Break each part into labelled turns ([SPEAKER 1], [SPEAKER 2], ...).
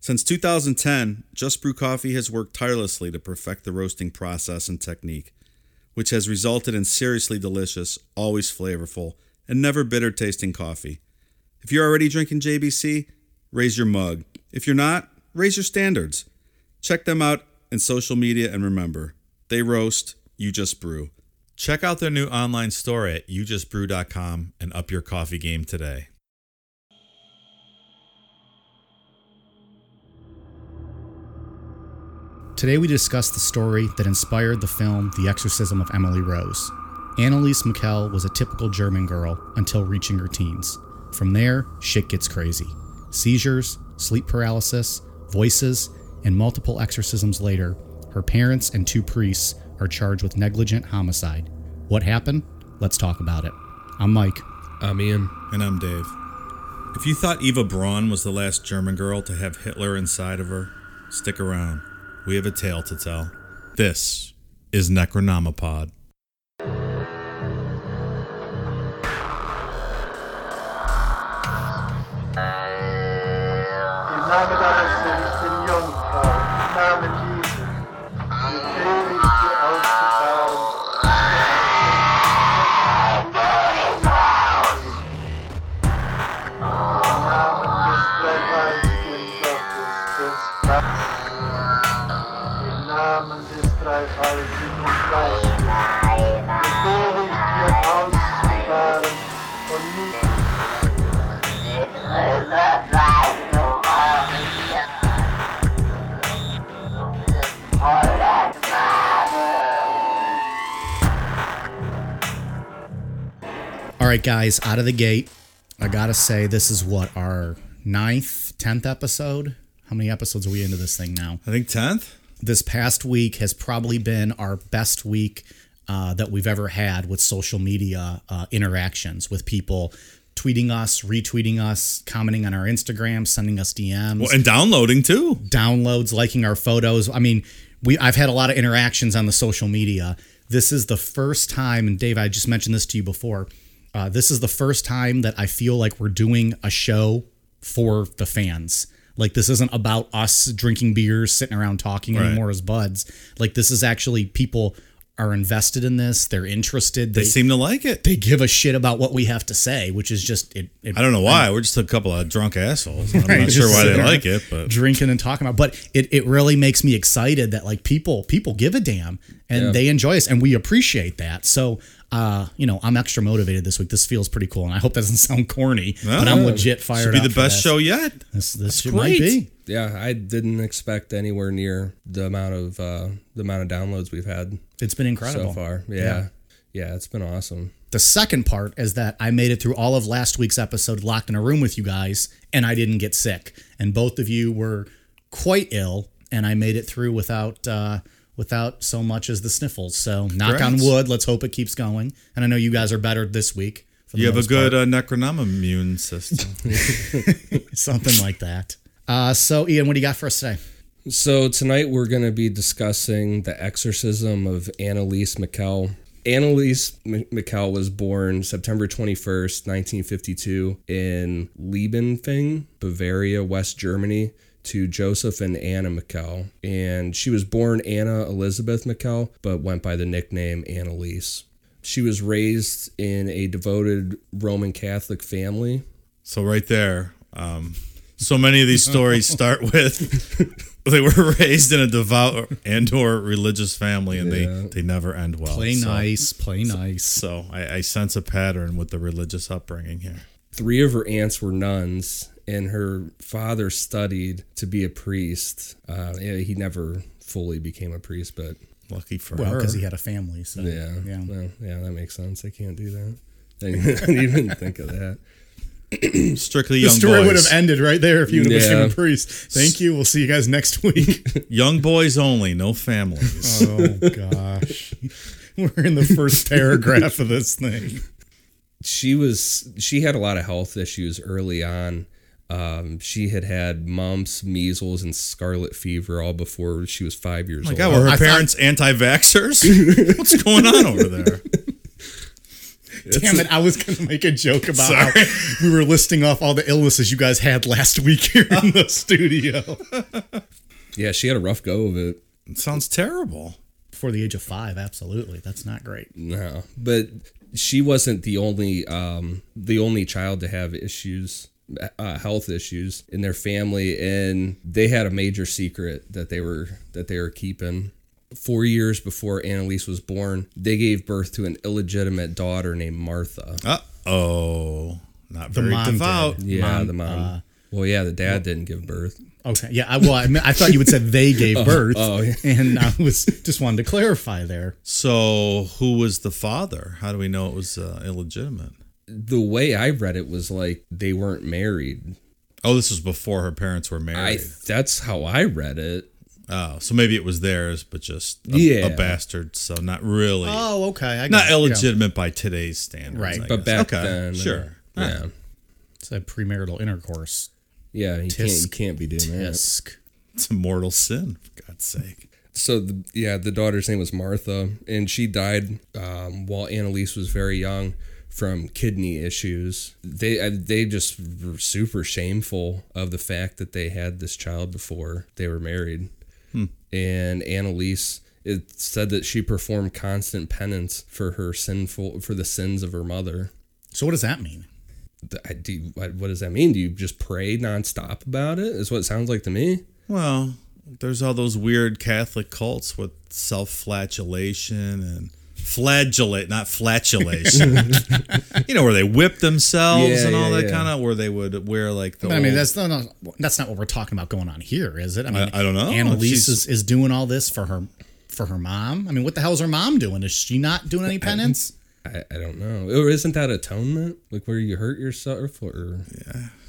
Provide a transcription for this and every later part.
[SPEAKER 1] Since 2010, Just Brew Coffee has worked tirelessly to perfect the roasting process and technique, which has resulted in seriously delicious, always flavorful, and never bitter tasting coffee. If you're already drinking JBC, raise your mug. If you're not, raise your standards. Check them out in social media and remember, they roast, you just brew. Check out their new online store at youjustbrew.com and up your coffee game today.
[SPEAKER 2] Today we discuss the story that inspired the film The Exorcism of Emily Rose. Annalise Mikkel was a typical German girl until reaching her teens. From there, shit gets crazy. Seizures, sleep paralysis, voices, and multiple exorcisms later, her parents and two priests are charged with negligent homicide. What happened? Let's talk about it. I'm Mike.
[SPEAKER 3] I'm Ian.
[SPEAKER 1] And I'm Dave. If you thought Eva Braun was the last German girl to have Hitler inside of her, stick around. We have a tale to tell. This is Necronomipod.
[SPEAKER 4] Im Namen der Adolescenten Jungfrau, im Namen Jesu, die ewig dir ausgefahren. Im Namen des dreifaltigen Gottes, des Geistes, im Namen des dreifaltigen Geistes, befehle ich dir auszufahren und nicht
[SPEAKER 2] All right, guys, out of the gate. I gotta say, this is what our ninth, tenth episode. How many episodes are we into this thing now?
[SPEAKER 1] I think 10th?
[SPEAKER 2] This past week has probably been our best week uh, that we've ever had with social media uh, interactions with people tweeting us, retweeting us, commenting on our Instagram, sending us DMs,
[SPEAKER 1] Well, and downloading too.
[SPEAKER 2] downloads, liking our photos. I mean, we I've had a lot of interactions on the social media. This is the first time, and Dave, I just mentioned this to you before. Uh, this is the first time that I feel like we're doing a show for the fans. Like this isn't about us drinking beers, sitting around talking
[SPEAKER 1] Right.
[SPEAKER 2] anymore as buds. Like this is actually people are invested in this. They're interested. They
[SPEAKER 1] They seem to like it.
[SPEAKER 2] they give a shit about what we have to say, which is just it. it
[SPEAKER 1] I don't know why. We're just a couple of drunk assholes. I'm not sure
[SPEAKER 2] just
[SPEAKER 1] why they
[SPEAKER 2] sitting
[SPEAKER 1] like
[SPEAKER 2] around
[SPEAKER 1] it, but
[SPEAKER 2] drinking and talking about. But it, it really makes me excited that like people people give a damn and
[SPEAKER 3] Yeah.
[SPEAKER 2] they enjoy us and we appreciate that. So uh, you know, I'm extra motivated this week. This feels pretty cool, and I hope that doesn't sound corny, but I'm
[SPEAKER 1] no.
[SPEAKER 2] legit fired
[SPEAKER 1] Ah, should be
[SPEAKER 2] up
[SPEAKER 1] the
[SPEAKER 2] for
[SPEAKER 1] best
[SPEAKER 2] this.
[SPEAKER 1] show yet.
[SPEAKER 2] This this shit
[SPEAKER 1] great.
[SPEAKER 2] might be.
[SPEAKER 3] Yeah, I didn't expect anywhere near the amount of uh, the amount of downloads we've had
[SPEAKER 2] It's been incredible
[SPEAKER 3] so far. Yeah. yeah, it's been awesome.
[SPEAKER 2] The second part is that I made it through all of last week's episode locked in a room with you guys, and I didn't get sick. And both of you were quite ill, and I made it through without uh, without so much as the sniffles. So knock on
[SPEAKER 1] Congrats.
[SPEAKER 2] wood. Let's hope it keeps going. And I know you guys are better this week. for the
[SPEAKER 1] You have a
[SPEAKER 2] most
[SPEAKER 1] good uh, Necronomimune system.
[SPEAKER 2] part. something like that. Uh, so Ian, what do you got for us today?
[SPEAKER 3] So tonight we're going to be discussing the exorcism of Annalise McKell. Annalise M- McKell was born September 21st, 1952 in Liebenfing, Bavaria, West Germany to Joseph and Anna McKell. And she was born Anna Elizabeth McKell, but went by the nickname Annalise. She was raised in a devoted Roman Catholic family.
[SPEAKER 1] So right there, um, so many of these stories start with they were raised in a devout and/or religious family, and
[SPEAKER 3] Yeah.
[SPEAKER 1] they they never end well.
[SPEAKER 2] Play
[SPEAKER 1] so,
[SPEAKER 2] nice. Play nice.
[SPEAKER 1] So I, I sense a pattern with the religious upbringing here.
[SPEAKER 3] three of her aunts were nuns and her father studied to be a priest uh, yeah, he never fully became a priest but
[SPEAKER 1] Lucky for
[SPEAKER 2] well,
[SPEAKER 1] her.
[SPEAKER 2] because he had a family. So
[SPEAKER 3] yeah
[SPEAKER 2] yeah.
[SPEAKER 3] well, yeah that makes sense i can't do that i didn't even think of that
[SPEAKER 5] Strictly
[SPEAKER 2] The
[SPEAKER 5] young
[SPEAKER 2] story would have
[SPEAKER 5] boys.
[SPEAKER 2] ended right there if you would have
[SPEAKER 3] Yeah.
[SPEAKER 2] become a priest. Thank you. We'll see you guys next week.
[SPEAKER 1] Young boys only, no families.
[SPEAKER 2] oh gosh, we're in the first paragraph of this thing.
[SPEAKER 3] she was she had a lot of health issues early on. Um, she had had mumps, measles, and scarlet fever all before she was five years
[SPEAKER 1] My
[SPEAKER 3] old.
[SPEAKER 1] God, were her
[SPEAKER 2] I thought-
[SPEAKER 1] parents anti-vaxxers? What's going on over there?
[SPEAKER 2] Damn it! I was gonna make a joke about how
[SPEAKER 1] Sorry.
[SPEAKER 2] we were listing off all the illnesses you guys had last week here in the studio.
[SPEAKER 3] Yeah, she had a rough go of it.
[SPEAKER 1] It sounds terrible.
[SPEAKER 2] Before the age of five, absolutely. That's not great.
[SPEAKER 3] No, but she wasn't the only um, the only child to have issues, uh, health issues in their family, and they had a major secret that they were that they were keeping. Four years before Annalise was born, they gave birth to an illegitimate daughter named Martha.
[SPEAKER 1] Uh oh, not
[SPEAKER 2] The
[SPEAKER 1] very
[SPEAKER 2] mom did.
[SPEAKER 1] devout.
[SPEAKER 3] Yeah, the mom. well, yeah, the dad didn't give birth.
[SPEAKER 2] Okay. Yeah. I, well, I, mean, I thought you would say they gave birth,
[SPEAKER 3] oh, yeah.
[SPEAKER 2] and I was just wanted to clarify there.
[SPEAKER 1] So who was the father? How do we know it was uh, illegitimate?
[SPEAKER 3] The way I read it was like they weren't married.
[SPEAKER 1] Oh, this was before her parents were
[SPEAKER 3] I
[SPEAKER 1] married.
[SPEAKER 3] that's how I read it.
[SPEAKER 1] oh, so maybe it was theirs, but just a,
[SPEAKER 3] Yeah.
[SPEAKER 1] a bastard. So not really,
[SPEAKER 2] Oh, okay. I got
[SPEAKER 1] not
[SPEAKER 2] it. Yeah.
[SPEAKER 1] illegitimate by today's standards.
[SPEAKER 2] Right,
[SPEAKER 1] I guess.
[SPEAKER 3] But back
[SPEAKER 1] okay,
[SPEAKER 3] then, uh,
[SPEAKER 1] sure. Ah,
[SPEAKER 3] yeah,
[SPEAKER 2] It's a premarital intercourse.
[SPEAKER 3] yeah, you can't you
[SPEAKER 2] Tisk.
[SPEAKER 3] can't be doing that.
[SPEAKER 2] Disc.
[SPEAKER 1] It's a mortal sin, for God's sake.
[SPEAKER 3] So the, yeah, the daughter's name was Martha, and she died um, while Annalise was very young from kidney issues. They uh, they just were super shameful of the fact that they had this child before they were married. And Annalise it said that she performed constant penance for her sinful for the sins of her mother.
[SPEAKER 2] So what does that mean?
[SPEAKER 3] Th- I do, what what does that mean? Do you just pray nonstop about it? Is what it sounds like to me.
[SPEAKER 1] Well, there's all those weird Catholic cults with self-flagellation and flagellate, not flatulation. you know, where they whip themselves
[SPEAKER 3] Yeah,
[SPEAKER 1] and all
[SPEAKER 3] yeah,
[SPEAKER 1] that
[SPEAKER 3] yeah.
[SPEAKER 1] kind of, where they would wear like the.
[SPEAKER 2] But I mean,
[SPEAKER 1] old-
[SPEAKER 2] that's not, not that's not what we're talking about going on here, is it? I mean,
[SPEAKER 1] I don't know.
[SPEAKER 2] Annalise
[SPEAKER 1] She's-
[SPEAKER 2] is, is doing all this for her for her mom. I mean, what the hell's her mom doing? Is she not doing any penance?
[SPEAKER 3] I, I don't know. Or isn't that atonement? Like where you hurt yourself or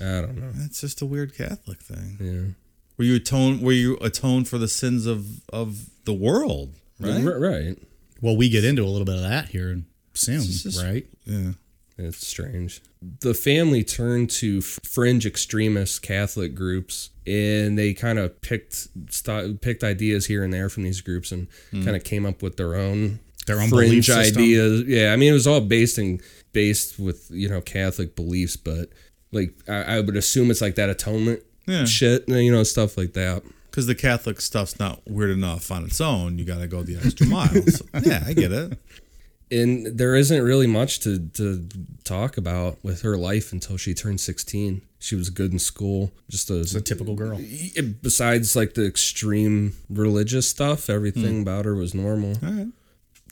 [SPEAKER 3] I don't know.
[SPEAKER 1] That's just a weird Catholic thing. Yeah. Where you atone where you atone for the sins of of the world, right?
[SPEAKER 3] Right. right.
[SPEAKER 2] Well, we get into a little bit of that here soon,
[SPEAKER 1] just-
[SPEAKER 2] right?
[SPEAKER 1] Yeah.
[SPEAKER 3] It's strange. The family turned to f- fringe extremist Catholic groups and they kind of picked st- picked ideas here and there from these groups and kind of came up with their own
[SPEAKER 2] Hmm. Their own belief
[SPEAKER 3] fringe
[SPEAKER 2] system.
[SPEAKER 3] ideas. Yeah, I mean it was all based in based with, you know, Catholic beliefs, but like I, I would assume it's like that atonement
[SPEAKER 1] Yeah.
[SPEAKER 3] shit, you know, stuff like that.
[SPEAKER 1] Because the Catholic stuff's not weird enough on its own. You got to go the extra mile. So, yeah, I get it.
[SPEAKER 3] and there isn't really much to, to talk about with her life until she turned 16 she was good in school just a,
[SPEAKER 2] The typical girl.
[SPEAKER 3] besides like the extreme religious stuff everything about her was normal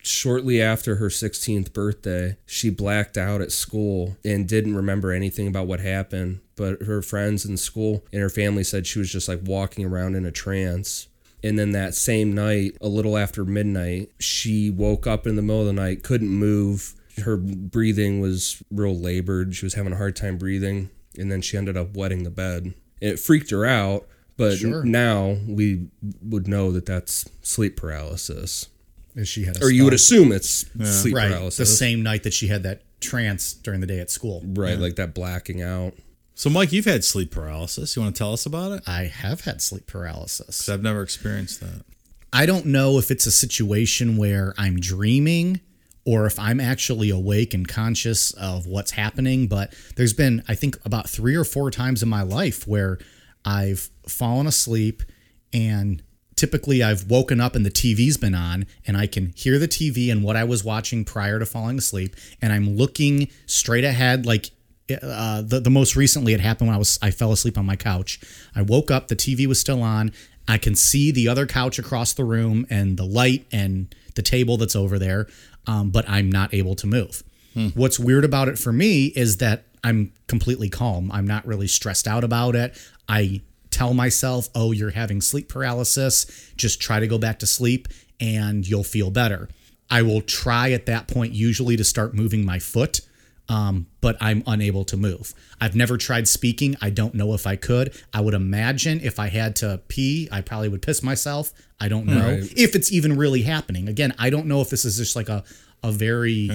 [SPEAKER 3] shortly after her 16th birthday she blacked out at school and didn't remember anything about what happened but her friends in school and her family said she was just like walking around in a trance and then that same night, a little after midnight, she woke up in the middle of the night, couldn't move. Her breathing was real labored. She was having a hard time breathing. And then she ended up wetting the bed. And it freaked her out. But
[SPEAKER 2] Sure.
[SPEAKER 3] now we would know that that's sleep paralysis.
[SPEAKER 2] Is she had a
[SPEAKER 3] Or you would
[SPEAKER 2] spell.
[SPEAKER 3] assume it's sleep
[SPEAKER 2] right the
[SPEAKER 3] paralysis.
[SPEAKER 2] same night that she had that trance during the day at school.
[SPEAKER 3] Right, like that blacking out.
[SPEAKER 1] So, Mike, you've had sleep paralysis. You want to tell us about it?
[SPEAKER 2] I have had sleep paralysis.
[SPEAKER 1] 'Cause I've never experienced that.
[SPEAKER 2] I don't know if it's a situation where I'm dreaming or if I'm actually awake and conscious of what's happening, but there's been, I think, about three or four times in my life where I've fallen asleep and typically I've woken up and the TV's been on and I can hear the TV and what I was watching prior to falling asleep and I'm looking straight ahead like uh, the, the most recently it happened when I was I fell asleep on my couch. I woke up, the TV was still on. I can see the other couch across the room and the light and the table that's over there, um, but I'm not able to move. What's weird about it for me is that I'm completely calm. I'm not really stressed out about it. I tell myself, oh, you're having sleep paralysis. Just try to go back to sleep and you'll feel better. I will try at that point, usually, to start moving my foot um, but I'm unable to move. I've never tried speaking. I don't know if I could. I would imagine if I had to pee, I probably would piss myself. I don't know if it's even really happening. Again, I don't know if this is just like a a very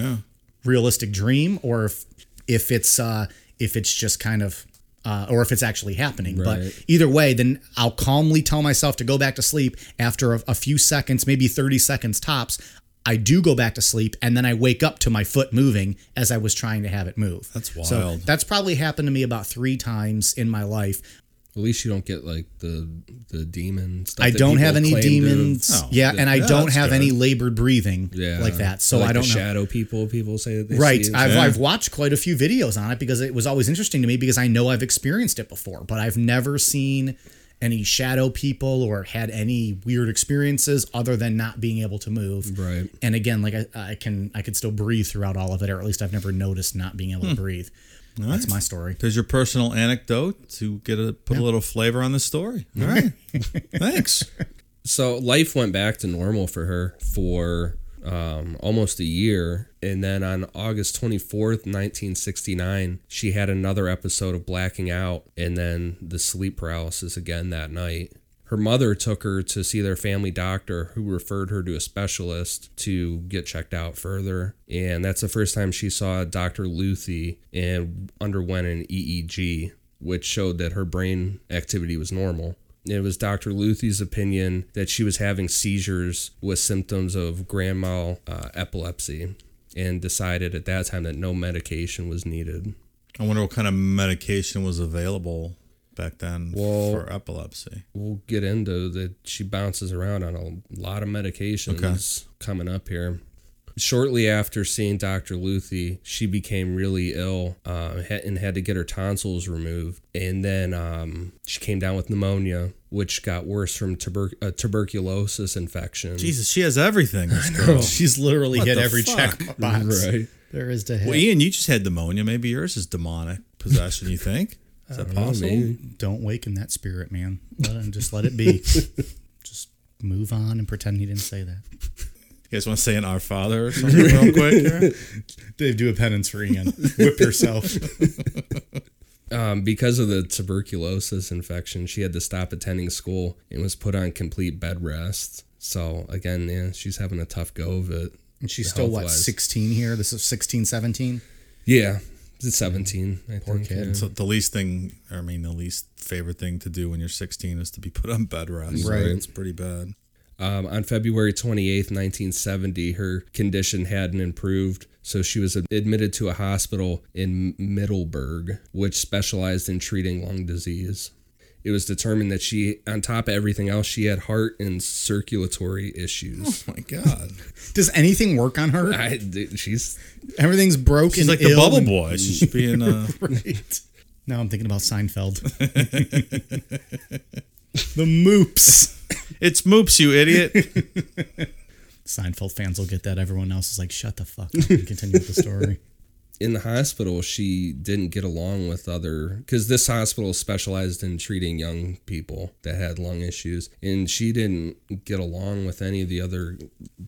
[SPEAKER 2] realistic dream or if if it's uh, if it's just kind of uh, or if it's actually happening. But either way, then I'll calmly tell myself to go back to sleep after a, a few seconds, maybe 30 seconds tops. I do go back to sleep and then I wake up to my foot moving as I was trying to have it move.
[SPEAKER 1] That's
[SPEAKER 2] So
[SPEAKER 1] wild.
[SPEAKER 2] that's probably happened to me about three times in my life.
[SPEAKER 3] At least you don't get like the the demon stuff.
[SPEAKER 2] I
[SPEAKER 3] that
[SPEAKER 2] don't
[SPEAKER 3] people
[SPEAKER 2] have any
[SPEAKER 3] claim to-
[SPEAKER 2] demons.
[SPEAKER 1] Oh,
[SPEAKER 2] yeah, and I
[SPEAKER 1] yeah,
[SPEAKER 2] don't
[SPEAKER 1] that's
[SPEAKER 2] have
[SPEAKER 1] good.
[SPEAKER 2] any labored breathing
[SPEAKER 3] Yeah,
[SPEAKER 2] like that. So
[SPEAKER 3] Like
[SPEAKER 2] I
[SPEAKER 3] the
[SPEAKER 2] don't know.
[SPEAKER 3] Shadow people. People say that they
[SPEAKER 2] Right.
[SPEAKER 3] see it.
[SPEAKER 2] I've,
[SPEAKER 1] Yeah.
[SPEAKER 2] I've watched quite a few videos on it because it was always interesting to me because I know I've experienced it before, but I've never seen any shadow people or had any weird experiences other than not being able to move.
[SPEAKER 3] Right.
[SPEAKER 2] And again, like I, I can I could still breathe throughout all of it, or at least I've never noticed not being able to breathe. That's my story.
[SPEAKER 1] There's your personal anecdote to get a put a little flavor on the story. All right, thanks.
[SPEAKER 3] so life went back to normal for her for um, almost a year and then on august 24th 1969 she had another episode of blacking out and then the sleep paralysis again that night her mother took her to see their family doctor who referred her to a specialist to get checked out further and that's the first time she saw dr luthi and underwent an eeg which showed that her brain activity was normal it was Dr. Luthy's opinion that she was having seizures with symptoms of grand mal uh, epilepsy and decided at that time that no medication was needed.
[SPEAKER 1] I wonder what kind of medication was available back then
[SPEAKER 3] Well-
[SPEAKER 1] for epilepsy.
[SPEAKER 3] We'll get into that. She bounces around on a lot of medications coming up here. Shortly after seeing Dr. Luthi, she became really ill uh, ha- and had to get her tonsils removed. And then um, she came down with pneumonia, which got worse from tuber- a tuberculosis infection.
[SPEAKER 1] Jesus, she has everything. This girl.
[SPEAKER 2] She's literally hit
[SPEAKER 1] the
[SPEAKER 2] every
[SPEAKER 1] fuck?
[SPEAKER 2] check box there is to hit.
[SPEAKER 1] Well, Ian, you just had pneumonia. Maybe yours is demonic possession. You think? Is that possible?
[SPEAKER 3] maybe.
[SPEAKER 2] Don't waken that spirit, man. Let him, just let it be. just move on and pretend he didn't say that.
[SPEAKER 1] You guys want to say an Our Father or something real quick? here?
[SPEAKER 2] Dave, do a penance for Ian. Whip yourself.
[SPEAKER 3] um, because of the tuberculosis infection, she had to stop attending school and was put on complete bed rest. So again, yeah, she's having a tough go of it.
[SPEAKER 2] And she's still, what,
[SPEAKER 3] Health-wise.
[SPEAKER 2] 16 here? This is 16, 17?
[SPEAKER 3] Yeah, it's seventeen. I think.
[SPEAKER 2] kid.
[SPEAKER 3] yeah.
[SPEAKER 1] So the least thing, I mean, the least favorite thing to do when you're 16 is to be put on bed rest.
[SPEAKER 2] Right.
[SPEAKER 1] It's pretty bad.
[SPEAKER 3] Um, on February twenty eighth, nineteen seventy, her condition hadn't improved, so she was admitted to a hospital in Middleburg, which specialized in treating lung disease. It was determined that she, on top of everything else, she had heart and circulatory issues.
[SPEAKER 1] My God.
[SPEAKER 2] Does anything work on her?
[SPEAKER 3] I, dude, she's
[SPEAKER 2] Everything's broken.
[SPEAKER 1] She's like the
[SPEAKER 2] ill,
[SPEAKER 1] bubble
[SPEAKER 2] and-
[SPEAKER 1] boy. She should be in uh, a.
[SPEAKER 2] Right. Now I'm thinking about Seinfeld. the moops.
[SPEAKER 1] It's Moops, you idiot.
[SPEAKER 2] Seinfeld fans will get that. Everyone else is like, shut the fuck up and continue with the story.
[SPEAKER 3] in the hospital she didn't get along with other because this hospital specialized in treating young people that had lung issues and she didn't get along with any of the other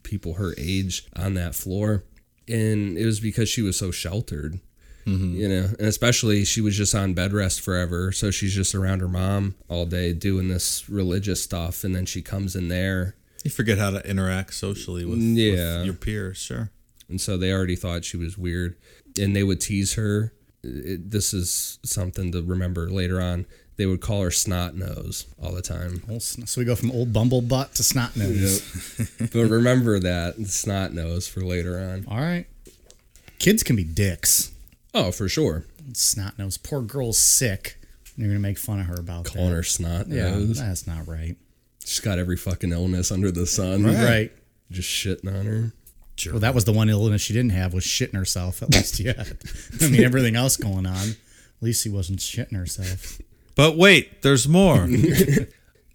[SPEAKER 3] people her age on that floor and it was because she was so sheltered you know and especially she was just on bed rest forever so she's just around her mom all day doing this religious stuff and then she comes in there
[SPEAKER 1] you forget how to interact socially with, with
[SPEAKER 3] Yeah.
[SPEAKER 1] your peers, sure.
[SPEAKER 3] and so they already thought she was weird and they would tease her it, this is something to remember later on they would call her snot nose all the time
[SPEAKER 2] Old sn- So we go from old bumble butt to snot nose.
[SPEAKER 3] but remember that snot nose for later on
[SPEAKER 2] All right. Kids can be dicks.
[SPEAKER 3] oh for sure
[SPEAKER 2] Snot nose. Poor girl's sick. And you're going to make fun of her about
[SPEAKER 3] calling
[SPEAKER 2] that.
[SPEAKER 3] her snot
[SPEAKER 2] Yeah,
[SPEAKER 3] nose
[SPEAKER 2] that's not right.
[SPEAKER 3] she's got every fucking illness under the sun
[SPEAKER 2] Right.
[SPEAKER 3] just shitting on her
[SPEAKER 2] Well, that was the one illness she didn't have was shitting herself. At least, yeah. I mean, everything else going on. At least she wasn't shitting herself.
[SPEAKER 1] But wait, there's more.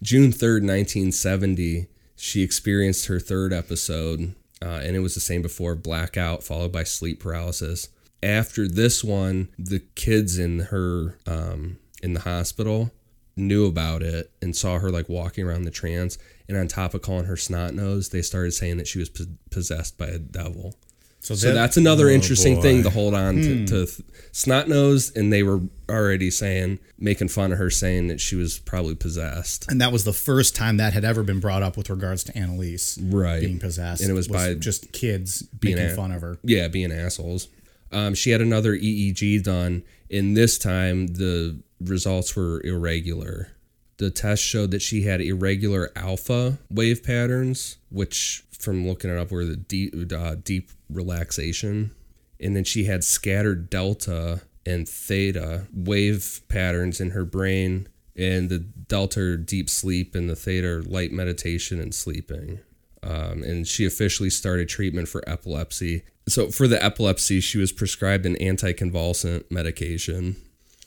[SPEAKER 3] June 3rd, 1970, she experienced her third episode, uh, and it was the same before blackout followed by sleep paralysis. After this one, the kids in her um, in the hospital knew about it and saw her like walking around the trance. And on top of calling her snot nose, they started saying that she was po- possessed by a devil. So
[SPEAKER 2] that- Oh,
[SPEAKER 3] that's another interesting
[SPEAKER 1] boy.
[SPEAKER 3] thing to hold on to, to snot nose, and they were already saying making fun of her, saying that she was probably possessed.
[SPEAKER 2] and that was the first time that had ever been brought up with regards to Annalise
[SPEAKER 3] Right.
[SPEAKER 2] being possessed,
[SPEAKER 3] And it was by
[SPEAKER 2] just kids
[SPEAKER 3] being
[SPEAKER 2] making
[SPEAKER 3] a-
[SPEAKER 2] fun of her.
[SPEAKER 3] Yeah, being assholes. Um, she had another EEG done, and this time the results were irregular. The test showed that she had irregular alpha wave patterns, which, from looking it up, were the deep, uh, deep relaxation. And then she had scattered delta and theta wave patterns in her brain, and the delta are deep sleep, and the theta are light meditation and sleeping um, and she officially started treatment for epilepsy. So for the epilepsy, she was prescribed an anticonvulsant medication.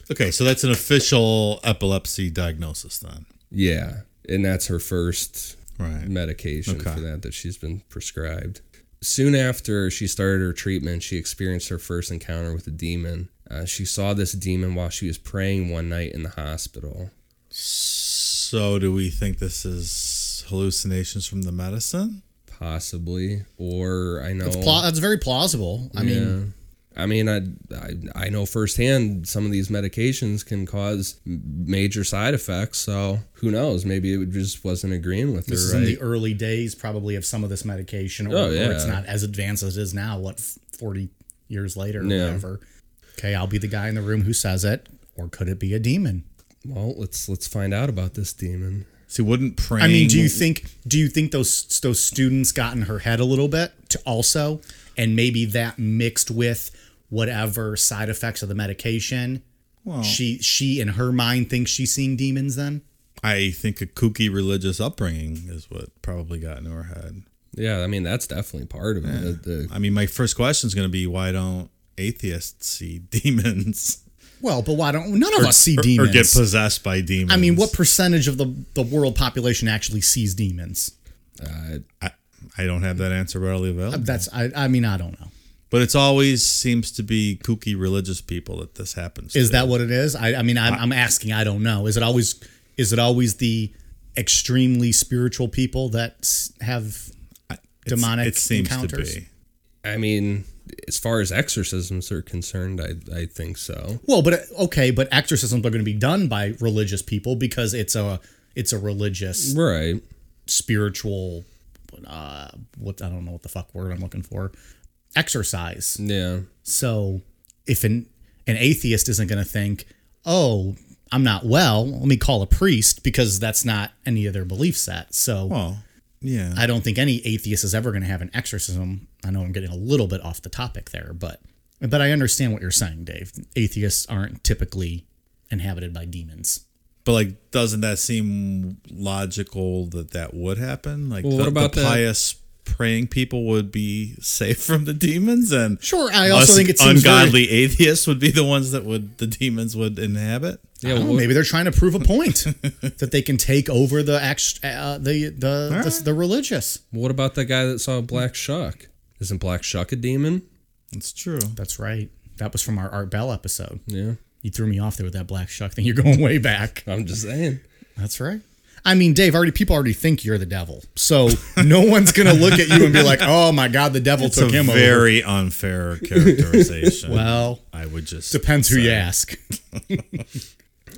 [SPEAKER 1] Okay, so that's an official epilepsy diagnosis then.
[SPEAKER 3] Yeah, and that's her first
[SPEAKER 1] Right.
[SPEAKER 3] medication
[SPEAKER 1] Okay.
[SPEAKER 3] for that that she's been prescribed. Soon after she started her treatment, she experienced her first encounter with a demon. Uh, she saw this demon while she was praying one night in the hospital.
[SPEAKER 1] So do we think this is hallucinations from the medicine?
[SPEAKER 3] Possibly, or I know
[SPEAKER 2] That's, pla- that's very plausible. I mean,
[SPEAKER 3] I mean, I, I I know firsthand some of these medications can cause m- major side effects. So who knows? Maybe it just wasn't agreeing with
[SPEAKER 2] this is
[SPEAKER 3] her,
[SPEAKER 2] in
[SPEAKER 3] right?
[SPEAKER 2] the early days, probably of some of this medication, or,
[SPEAKER 3] Oh,
[SPEAKER 2] or it's
[SPEAKER 3] yeah.
[SPEAKER 2] not as advanced as it is now. What f- forty years later, or
[SPEAKER 3] Yeah.
[SPEAKER 2] whatever. Okay, I'll be the guy in the room who says it, or could it be a demon?
[SPEAKER 3] well, let's let's find out about this demon.
[SPEAKER 1] See, wouldn't praying?
[SPEAKER 2] I mean, do you think do you think those those students got in her head a little bit to also, and maybe that mixed with whatever side effects of the medication?
[SPEAKER 1] Well,
[SPEAKER 2] She she in her mind thinks she's seeing demons. Then
[SPEAKER 1] I think a kooky religious upbringing is what probably got into her head.
[SPEAKER 3] Yeah, I mean that's definitely part of it. The- the-
[SPEAKER 1] I mean, my first question is going to be why don't atheists see demons
[SPEAKER 2] well, but why don't none of us see
[SPEAKER 1] Or-
[SPEAKER 2] demons?
[SPEAKER 1] or get possessed by demons?
[SPEAKER 2] I mean, what percentage of the the world population actually sees demons?
[SPEAKER 1] I, I don't have that answer readily available.
[SPEAKER 2] That's I I mean I don't know.
[SPEAKER 1] but it's always seems to be kooky religious people that this happens.
[SPEAKER 2] Is
[SPEAKER 1] to.
[SPEAKER 2] that what it is? I I mean I'm, I'm asking. I don't know. Is it always is it always the extremely spiritual people that s- have
[SPEAKER 1] It's-
[SPEAKER 2] demonic
[SPEAKER 1] It seems
[SPEAKER 2] encounters?
[SPEAKER 1] to be.
[SPEAKER 3] I mean, as far as exorcisms are concerned, I I think so.
[SPEAKER 2] Well, but uh, okay, but exorcisms are going to be done by religious people because it's a it's a religious
[SPEAKER 3] Right.
[SPEAKER 2] spiritual uh what I don't know what the fuck word I'm looking for exercise.
[SPEAKER 3] Yeah.
[SPEAKER 2] So if an an atheist isn't going to think, "Oh, I'm not well, let me call a priest because that's not any of their belief set." So
[SPEAKER 1] Well, yeah.
[SPEAKER 2] I don't think any atheist is ever going to have an exorcism. I know I'm getting a little bit off the topic there, but but I understand what you're saying, Dave. Atheists aren't typically inhabited by demons.
[SPEAKER 1] But like, doesn't that seem logical that that would happen? Like,
[SPEAKER 3] Well, what
[SPEAKER 1] the,
[SPEAKER 3] about
[SPEAKER 1] the
[SPEAKER 3] that-
[SPEAKER 1] pious praying people would be safe from the demons, and
[SPEAKER 2] Sure, I also
[SPEAKER 1] us
[SPEAKER 2] think it seems very-
[SPEAKER 1] ungodly atheists would be the ones that would the demons would inhabit.
[SPEAKER 3] Yeah.
[SPEAKER 2] I don't know,
[SPEAKER 3] what-
[SPEAKER 2] Oh, maybe they're trying to prove a point that they can take over the act, uh, the the, the the religious.
[SPEAKER 3] what about that guy that saw Black Shuck? Isn't Black Shuck a demon?
[SPEAKER 1] It's true.
[SPEAKER 2] That's right. That was from our Art Bell episode.
[SPEAKER 3] Yeah.
[SPEAKER 2] You threw me off there with that black shuck thing. You're going way back.
[SPEAKER 3] I'm just saying.
[SPEAKER 2] That's right. I mean, Dave, already people already think you're the devil. So no one's gonna look at you and be like, "Oh my God, the devil
[SPEAKER 1] It's a
[SPEAKER 2] took him over."
[SPEAKER 1] very unfair characterization.
[SPEAKER 2] Well,
[SPEAKER 1] I would just
[SPEAKER 2] depends who you ask.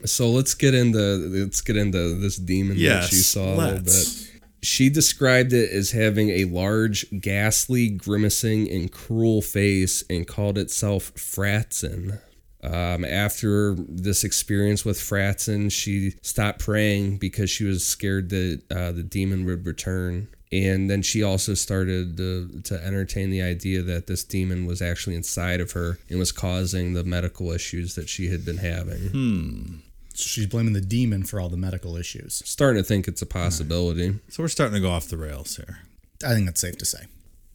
[SPEAKER 3] So let's get into let's get into this demon
[SPEAKER 1] Yes,
[SPEAKER 3] that you saw a little
[SPEAKER 1] let's.
[SPEAKER 3] bit. She described it as having a large, ghastly, grimacing, and cruel face, and called itself Fratzen. Um, after this experience with Fratzen, she stopped praying because she was scared that uh, the demon would return. And then she also started to, to entertain the idea that this demon was actually inside of her and was causing the medical issues that she had been having.
[SPEAKER 2] She's blaming the demon for all the medical issues.
[SPEAKER 3] starting to think it's a possibility.
[SPEAKER 1] So we're starting to go off the rails here.
[SPEAKER 2] I think that's safe to say.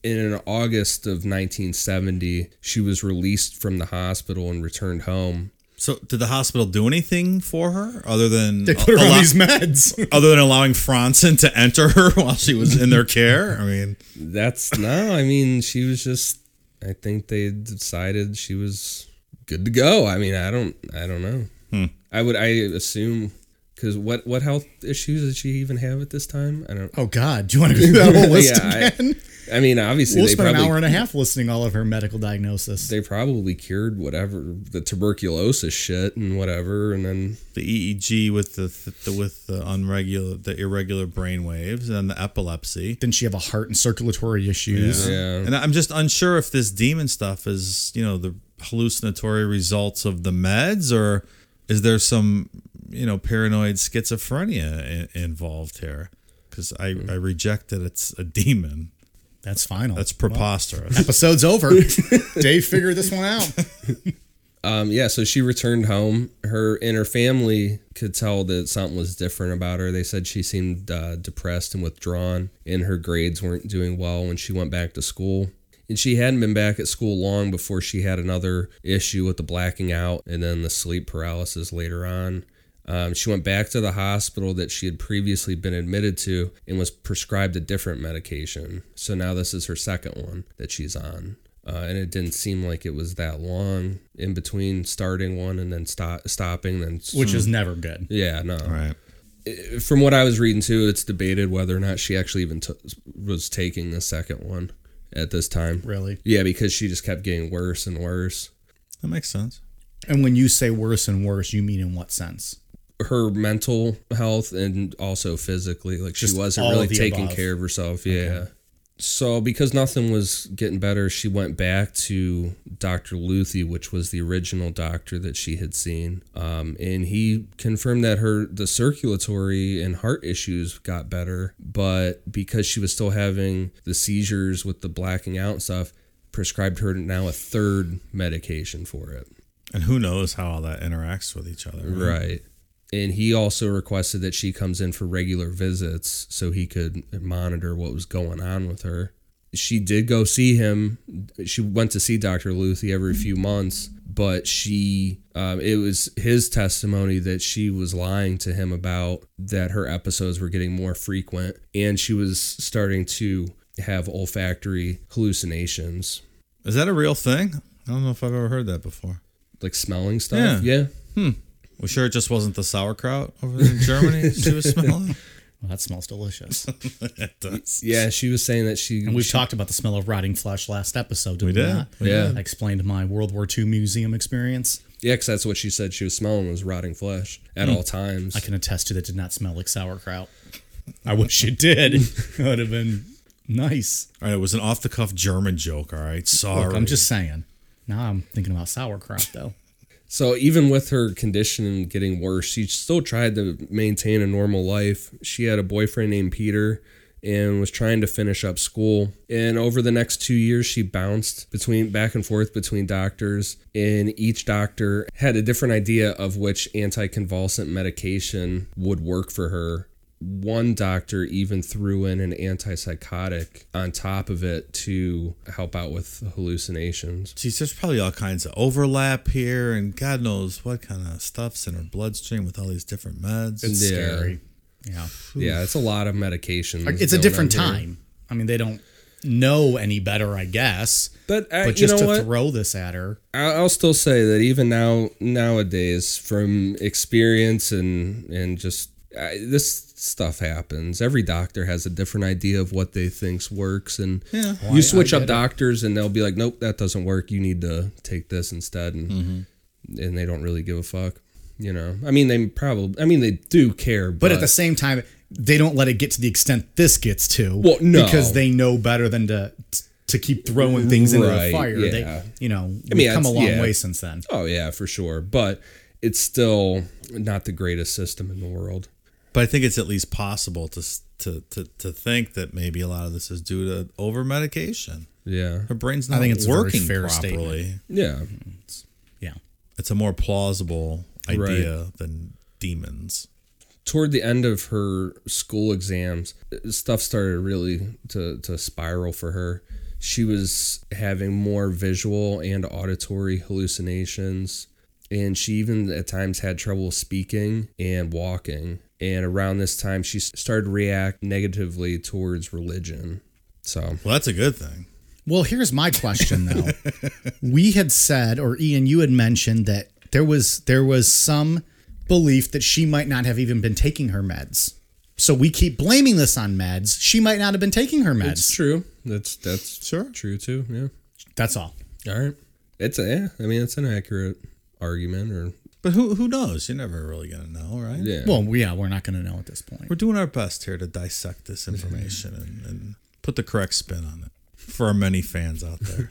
[SPEAKER 3] In August of 1970, she was released from the hospital and returned home.
[SPEAKER 1] So did the hospital do anything for her other than
[SPEAKER 2] They put her on
[SPEAKER 1] allow-
[SPEAKER 2] these meds.
[SPEAKER 1] other than allowing Franson to enter her while she was in their care? I mean,
[SPEAKER 3] That's no, I mean, she was just I think they decided she was good to go. I mean, I don't I don't know.
[SPEAKER 2] Hmm.
[SPEAKER 3] I would I assume cuz what what health issues did she even have at this time? I don't
[SPEAKER 2] Oh God, do you want to go through that whole list
[SPEAKER 3] Yeah, I-
[SPEAKER 2] again?
[SPEAKER 3] I mean, obviously
[SPEAKER 2] We'll
[SPEAKER 3] they
[SPEAKER 2] spend
[SPEAKER 3] probably
[SPEAKER 2] an hour and a half listening all of her medical diagnosis.
[SPEAKER 3] they probably cured whatever the tuberculosis shit and whatever, and then
[SPEAKER 1] the EEG with the, th- the with the unregular the irregular brain waves and the epilepsy.
[SPEAKER 2] Didn't she have a heart and circulatory issues?
[SPEAKER 3] Yeah.
[SPEAKER 1] And I'm just unsure if this demon stuff is, you know, the hallucinatory results of the meds or is there some, you know, paranoid schizophrenia I- involved here? Because I, I reject that it's a demon.
[SPEAKER 2] That's final.
[SPEAKER 1] That's preposterous.
[SPEAKER 2] Episode's over. Dave figured this one out.
[SPEAKER 3] um, yeah. So she returned home. Her and her family could tell that something was different about her. They said she seemed uh, depressed and withdrawn, and her grades weren't doing well when she went back to school. And she hadn't been back at school long before she had another issue with the blacking out and then the sleep paralysis later on. Um, she went back to the hospital that she had previously been admitted to and was prescribed a different medication. So now this is her second one that she's on. Uh, and it didn't seem like it was that long in between starting one and then stop, stopping, then
[SPEAKER 2] Which is never good.
[SPEAKER 3] yeah, no.
[SPEAKER 1] right.
[SPEAKER 3] From what I was reading too, it's debated whether or not she actually even t- was taking the second one at this time.
[SPEAKER 2] Really.
[SPEAKER 3] Yeah, because she just kept getting worse and worse.
[SPEAKER 1] That makes sense.
[SPEAKER 2] And when you say worse and worse, you mean in what sense?
[SPEAKER 3] her mental health and also physically. Like
[SPEAKER 2] Just
[SPEAKER 3] she wasn't
[SPEAKER 2] all
[SPEAKER 3] really
[SPEAKER 2] of the
[SPEAKER 3] taking
[SPEAKER 2] above.
[SPEAKER 3] care of herself. Yeah. So because nothing was getting better, she went back to Dr. Luthi, which was the original doctor that she had seen. Um, and he confirmed that her the circulatory and heart issues got better, but because she was still having the seizures with the blacking out and stuff, prescribed her now a third medication for it.
[SPEAKER 1] And who knows how all that interacts with each other. right?
[SPEAKER 3] Right. And he also requested that she comes in for regular visits so he could monitor what was going on with her. She did go see him. She went to see Dr. Luthi every few months, but she, um, it was his testimony that she was lying to him about that her episodes were getting more frequent and she was starting to have olfactory hallucinations,
[SPEAKER 1] Is that a real thing? I don't know if I've ever heard that before.
[SPEAKER 3] like smelling stuff.
[SPEAKER 1] Yeah.
[SPEAKER 3] yeah.
[SPEAKER 1] We sure it just wasn't the sauerkraut over there in Germany she was smelling?
[SPEAKER 2] Well, that smells delicious.
[SPEAKER 1] It does.
[SPEAKER 3] Yeah, she was saying that she
[SPEAKER 2] And we've talked about the smell of rotting flesh last episode. Did we,
[SPEAKER 1] did.
[SPEAKER 2] Not?
[SPEAKER 1] We
[SPEAKER 3] Yeah. did.
[SPEAKER 2] I explained my World War II museum experience.
[SPEAKER 3] Yeah, 'cause that's what she said she was smelling was rotting flesh at all times.
[SPEAKER 2] Hmm. I can attest to that. Did not smell like sauerkraut. I wish it did. it would have been nice.
[SPEAKER 1] All right, it was an off the cuff German joke. All right, sorry.
[SPEAKER 2] Look, I'm just saying. Now I'm thinking about sauerkraut though.
[SPEAKER 3] so even with her condition getting worse, she still tried to maintain a normal life. She had a boyfriend named Peter and was trying to finish up school. And over the next 2 years she bounced between back and forth between doctors and each doctor had a different idea of which anticonvulsant medication would work for her one doctor even threw in an antipsychotic on top of it to help out with hallucinations.
[SPEAKER 1] Geez, there's probably all kinds of overlap here, and God knows what kind of stuff's in her bloodstream with all these different meds.
[SPEAKER 3] Yeah.
[SPEAKER 2] Scary. Yeah.
[SPEAKER 3] Yeah, it's a lot of medication.
[SPEAKER 2] It's a different time. I mean, they don't know any better, I guess.
[SPEAKER 3] But, uh,
[SPEAKER 2] but
[SPEAKER 3] you
[SPEAKER 2] just
[SPEAKER 3] know
[SPEAKER 2] to
[SPEAKER 3] what?
[SPEAKER 2] throw this at her,
[SPEAKER 3] I- I'll still say that even now nowadays, from experience and and just I, this stuff happens. Every doctor has a different idea of what they thinks works, and
[SPEAKER 1] Yeah.
[SPEAKER 3] you switch up doctors, and they'll be like, "Nope, that doesn't work. You need to take this instead," and
[SPEAKER 2] Mm-hmm.
[SPEAKER 3] and they don't really give a fuck. You know, I mean, they probably, I mean, they do care, but,
[SPEAKER 2] but at the same time, they don't let it get to the extent this gets to.
[SPEAKER 3] Well, no.
[SPEAKER 2] because they know better than to to keep throwing things into the
[SPEAKER 3] Right,
[SPEAKER 2] fire.
[SPEAKER 3] yeah.
[SPEAKER 2] They, you know, we've
[SPEAKER 3] mean,
[SPEAKER 2] come a
[SPEAKER 3] it's-
[SPEAKER 2] long
[SPEAKER 3] yeah.
[SPEAKER 2] way since then.
[SPEAKER 3] oh yeah, for sure. But it's still not the greatest system in the world.
[SPEAKER 1] But I think it's at least possible to, s- to to to think that maybe a lot of this is due to over medication.
[SPEAKER 3] Yeah,
[SPEAKER 1] Her brain's not
[SPEAKER 2] think it's a very
[SPEAKER 1] working
[SPEAKER 2] fair
[SPEAKER 1] properly.
[SPEAKER 3] yeah.
[SPEAKER 2] Yeah,
[SPEAKER 1] It's a more plausible idea than demons.
[SPEAKER 3] toward the end of her school exams, stuff started really to, to spiral for her. She was having more visual and auditory hallucinations. And she even at times had trouble speaking and walking. And around this time, she s- started to react negatively towards religion. So,
[SPEAKER 1] Well, that's a good thing.
[SPEAKER 2] Well, here's my question though. we had said, or Ian, you had mentioned that there was there was some belief that she might not have even been taking her meds. So we keep blaming this on meds. She might not have been taking her meds.
[SPEAKER 3] That's true. That's that's
[SPEAKER 1] Sure.
[SPEAKER 3] true too.
[SPEAKER 2] That's all.
[SPEAKER 3] Yeah. All right. It's a, yeah. I mean, it's an accurate argument, or
[SPEAKER 1] But who who knows? You're never really gonna know, right?
[SPEAKER 3] yeah.
[SPEAKER 2] Well, yeah, we're not going to know at this point.
[SPEAKER 1] We're doing our best here to dissect this information and, and put the correct spin on it for our many fans out there.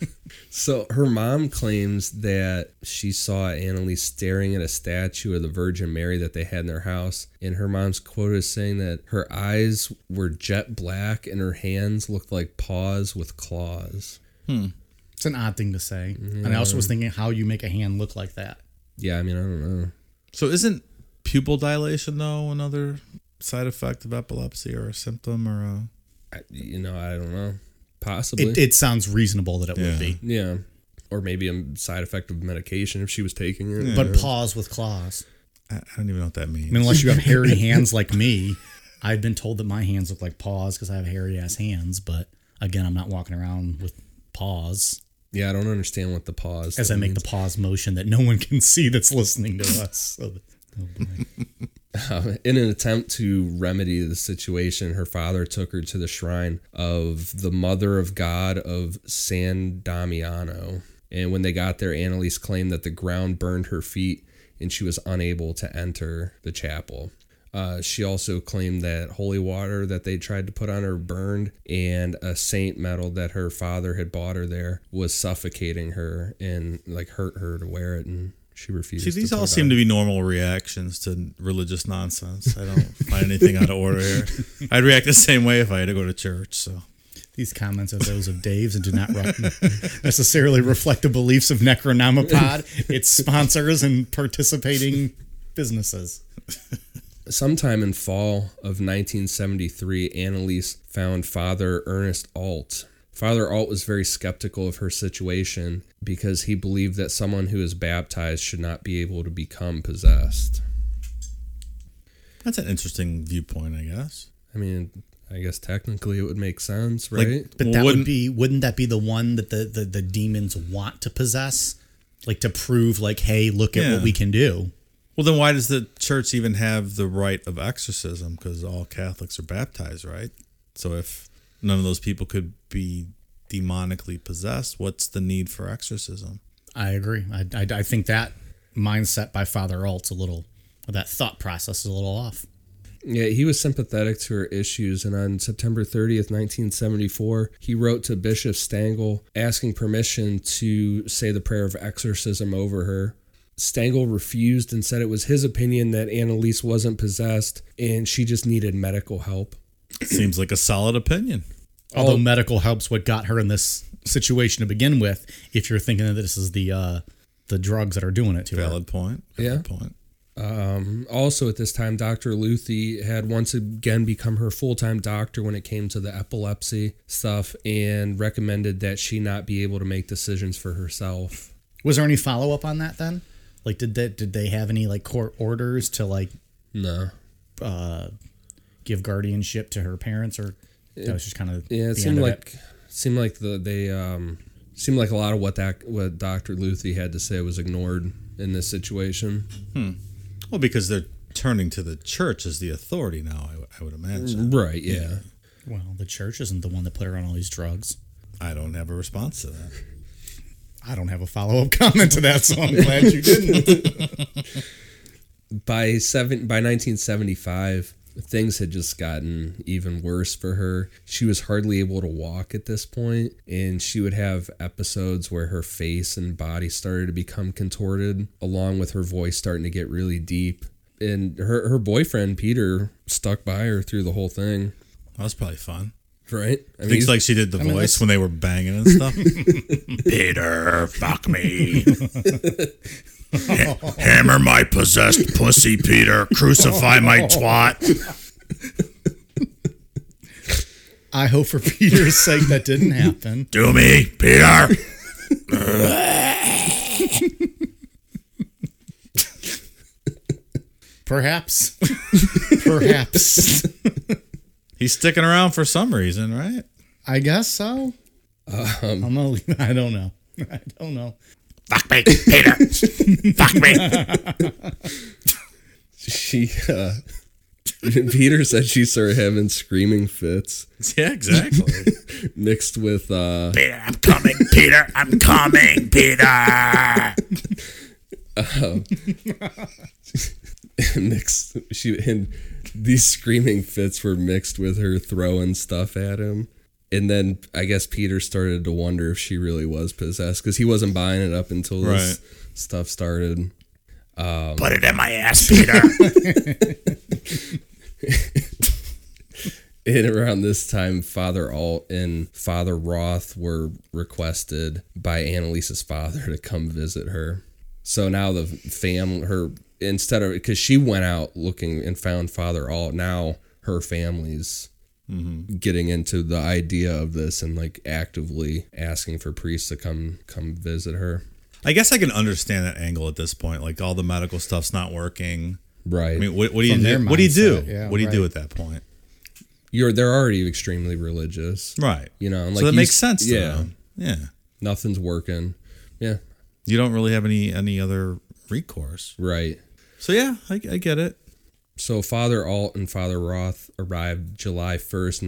[SPEAKER 3] So her mom claims that she saw Annalise staring at a statue of the Virgin Mary that they had in their house. And her mom's quote is saying that her eyes were jet black and her hands looked like paws with claws.
[SPEAKER 2] It's an odd thing to say. And I also was thinking how you make a hand look like that.
[SPEAKER 3] Yeah, I mean, I don't know.
[SPEAKER 1] so isn't pupil dilation though another side effect of epilepsy or a symptom or a
[SPEAKER 3] I, you know, I don't know. Possibly.
[SPEAKER 2] It, it sounds reasonable that it
[SPEAKER 1] Yeah.
[SPEAKER 2] would be.
[SPEAKER 3] yeah. Or maybe a side effect of medication if she was taking it.
[SPEAKER 2] But paws with claws.
[SPEAKER 1] I, I don't even know what that means.
[SPEAKER 2] I mean, unless you have hairy hands like me, I've been told that my hands look like paws because I have hairy ass hands. But again, I'm not walking around with paws
[SPEAKER 3] yeah, I don't understand what the paws.
[SPEAKER 2] as I make the paws motion that no one can see that's listening to us. So, oh boy.
[SPEAKER 3] In an attempt to remedy the situation, her father took her to the shrine of the Mother of God of San Damiano. And when they got there, Annalise claimed that the ground burned her feet and she was unable to enter the chapel. Uh, she also claimed that holy water that they tried to put on her burned, and a saint medal that her father had bought her there was suffocating her and like hurt her to wear it, and she refused.
[SPEAKER 1] See, these
[SPEAKER 3] put
[SPEAKER 1] all
[SPEAKER 3] it
[SPEAKER 1] seem
[SPEAKER 3] on.
[SPEAKER 1] to be normal reactions to religious nonsense. I don't find anything out of order here. I'd react the same way if I had to go to church. So
[SPEAKER 2] These comments are those of Dave's and do not re- necessarily reflect the beliefs of Necronomipod, its sponsors, and participating businesses.
[SPEAKER 3] Sometime in fall of 1973, Annalise found Father Ernest Alt. Father Alt was very skeptical of her situation because he believed that someone who is baptized should not be able to become possessed.
[SPEAKER 1] that's an interesting viewpoint, I guess.
[SPEAKER 3] I mean, I guess technically it would make sense,
[SPEAKER 1] Like,
[SPEAKER 3] right?
[SPEAKER 2] But
[SPEAKER 1] well,
[SPEAKER 2] that would
[SPEAKER 1] wouldn't-
[SPEAKER 2] be wouldn't that be the one that the, the the demons want to possess, like to prove like, hey, look at
[SPEAKER 1] Yeah.
[SPEAKER 2] what we can do.
[SPEAKER 1] Well, then why does the church even have the right of exorcism? Because all Catholics are baptized, right? So if none of those people could be demonically possessed, what's the need for exorcism?
[SPEAKER 2] I agree. I, I, I think that mindset by Father Alt's a little, that thought process is a little off.
[SPEAKER 3] Yeah, he was sympathetic to her issues, and on September 30th, 1974, he wrote to Bishop Stangl asking permission to say the prayer of exorcism over her. Stangl refused and said it was his opinion that Annalise wasn't possessed and she just needed medical help.
[SPEAKER 1] Seems like a solid opinion.
[SPEAKER 2] Although medical helps what got her in this situation to begin with. If you're thinking that this is the uh, the drugs that are doing it to her,
[SPEAKER 1] Valid point. Valid
[SPEAKER 3] Yeah.
[SPEAKER 1] point.
[SPEAKER 3] Also, at this time, Dr. Luthi had once again become her full time doctor when it came to the epilepsy stuff and recommended that she not be able to make decisions for herself.
[SPEAKER 2] was there any follow up on that then? Like, did that did they have any like court orders to like
[SPEAKER 3] No.
[SPEAKER 2] uh, give guardianship to her parents or? That was just kind of
[SPEAKER 3] Yeah, it
[SPEAKER 2] the
[SPEAKER 3] seemed
[SPEAKER 2] end of
[SPEAKER 3] like seemed like the they um seemed like a lot of what that what Dr. Luthi had to say was ignored in this situation.
[SPEAKER 1] Well, because they're turning to the church as the authority now, I, w- I would imagine.
[SPEAKER 3] Right, yeah.
[SPEAKER 2] Well, the church isn't the one that put her on all these drugs.
[SPEAKER 1] I don't have a response to that.
[SPEAKER 2] I don't have a follow up comment to that, so I'm glad you didn't.
[SPEAKER 3] By seven by 1975, things had just gotten even worse for her. She was hardly able to walk at this point, and she would have episodes where her face and body started to become contorted, along with her voice starting to get really deep. And her her boyfriend Peter stuck by her through the whole thing.
[SPEAKER 1] That was probably fun.
[SPEAKER 3] Right? I mean,
[SPEAKER 1] Things like she did the voice when they were banging and stuff. Peter, fuck me. Ha- Hammer my possessed pussy, Peter. Crucify my twat.
[SPEAKER 2] I hope for Peter's sake that didn't happen.
[SPEAKER 1] Do me, Peter.
[SPEAKER 2] Perhaps. Perhaps.
[SPEAKER 1] He's sticking around for some reason, right?
[SPEAKER 2] I guess so.
[SPEAKER 3] Um,
[SPEAKER 2] I'm a, I don't know. I don't know.
[SPEAKER 1] Fuck me, Peter. fuck me.
[SPEAKER 3] she uh, Peter said she started having screaming fits
[SPEAKER 1] Yeah, exactly.
[SPEAKER 3] mixed with uh,
[SPEAKER 6] Peter, I'm coming, Peter. I'm coming, Peter.
[SPEAKER 3] mixed she and these screaming fits were mixed with her throwing stuff at him. And then I guess Peter started to wonder if she really was possessed because he wasn't buying it up until this stuff started.
[SPEAKER 6] Put it in my ass, Peter.
[SPEAKER 3] And around this time, Father Alt and Father Roth were requested by Annalisa's father to come visit her. So now the family, her instead of because she went out looking and found Father Alt, now her family's
[SPEAKER 1] Mm-hmm.
[SPEAKER 3] getting into the idea of this and like actively asking for priests to come come visit her.
[SPEAKER 1] I guess I can understand that angle at this point. Like all the medical stuff's not working.
[SPEAKER 3] Right,
[SPEAKER 1] I mean, what, what do you
[SPEAKER 2] From
[SPEAKER 1] do?
[SPEAKER 2] their
[SPEAKER 1] what do you do?
[SPEAKER 2] mindset, yeah,
[SPEAKER 1] what do you do
[SPEAKER 2] right.
[SPEAKER 1] at that point?
[SPEAKER 3] you're they're already extremely religious.
[SPEAKER 1] Right.
[SPEAKER 3] You know, and like
[SPEAKER 1] so that
[SPEAKER 3] you
[SPEAKER 1] makes
[SPEAKER 3] s-
[SPEAKER 1] sense. To
[SPEAKER 3] Yeah,
[SPEAKER 1] them. Yeah.
[SPEAKER 3] nothing's working. Yeah,
[SPEAKER 1] You don't really have any any other recourse.
[SPEAKER 3] right.
[SPEAKER 1] So yeah, I, I get it.
[SPEAKER 3] So Father Alt and Father Roth arrived July 1st,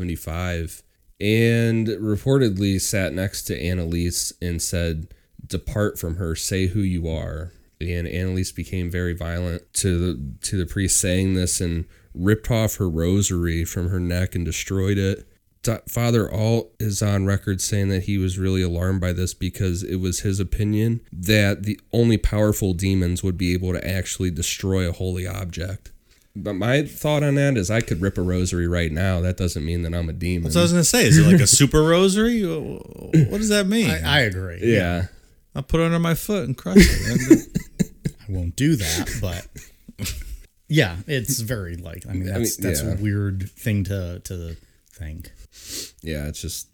[SPEAKER 3] 1975, and reportedly sat next to Annalise and said, "Depart from her, say who you are." And Annalise became very violent to the to the priest saying this and ripped off her rosary from her neck and destroyed it. Do- Father Alt is on record saying that he was really alarmed by this because it was his opinion that the only powerful demons would be able to actually destroy a holy object. But my thought on that is I could rip a rosary right now. That doesn't mean that I'm a demon.
[SPEAKER 1] So I was gonna say, is it like a super rosary? What does that mean? I,
[SPEAKER 2] I agree.
[SPEAKER 3] yeah.
[SPEAKER 1] will put it under my foot and crush it.
[SPEAKER 2] I won't do that, but yeah, it's very like I mean that's that's
[SPEAKER 3] yeah.
[SPEAKER 2] a weird thing to to think.
[SPEAKER 3] Yeah, it's just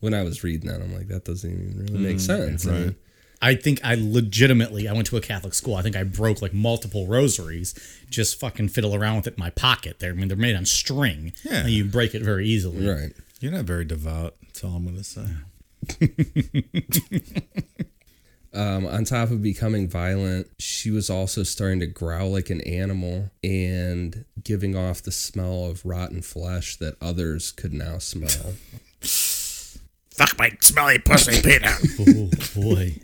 [SPEAKER 3] when I was reading that, I'm like, that doesn't even really
[SPEAKER 1] Mm,
[SPEAKER 3] make sense. I mean,
[SPEAKER 2] I think I legitimately I went to a Catholic school. I think I broke like multiple rosaries, just fucking fiddle around with it in my pocket. There, I mean they're made on string.
[SPEAKER 1] Yeah.
[SPEAKER 2] and you break it very easily.
[SPEAKER 3] Right.
[SPEAKER 1] You're not very devout. That's all I'm gonna say.
[SPEAKER 3] Um, on top of becoming violent, she was also starting to growl like an animal and giving off the smell of rotten flesh that others could now smell.
[SPEAKER 6] Fuck my smelly pussy, Peter.
[SPEAKER 2] Oh boy,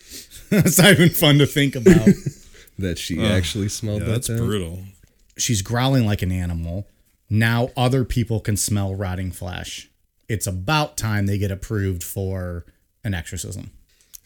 [SPEAKER 2] that's not even fun to think about.
[SPEAKER 3] that she actually smelled
[SPEAKER 1] Yeah,
[SPEAKER 3] that uh,
[SPEAKER 1] that's
[SPEAKER 3] then.
[SPEAKER 1] brutal.
[SPEAKER 2] She's growling like an animal. Now other people can smell rotting flesh. It's about time they get approved for an exorcism.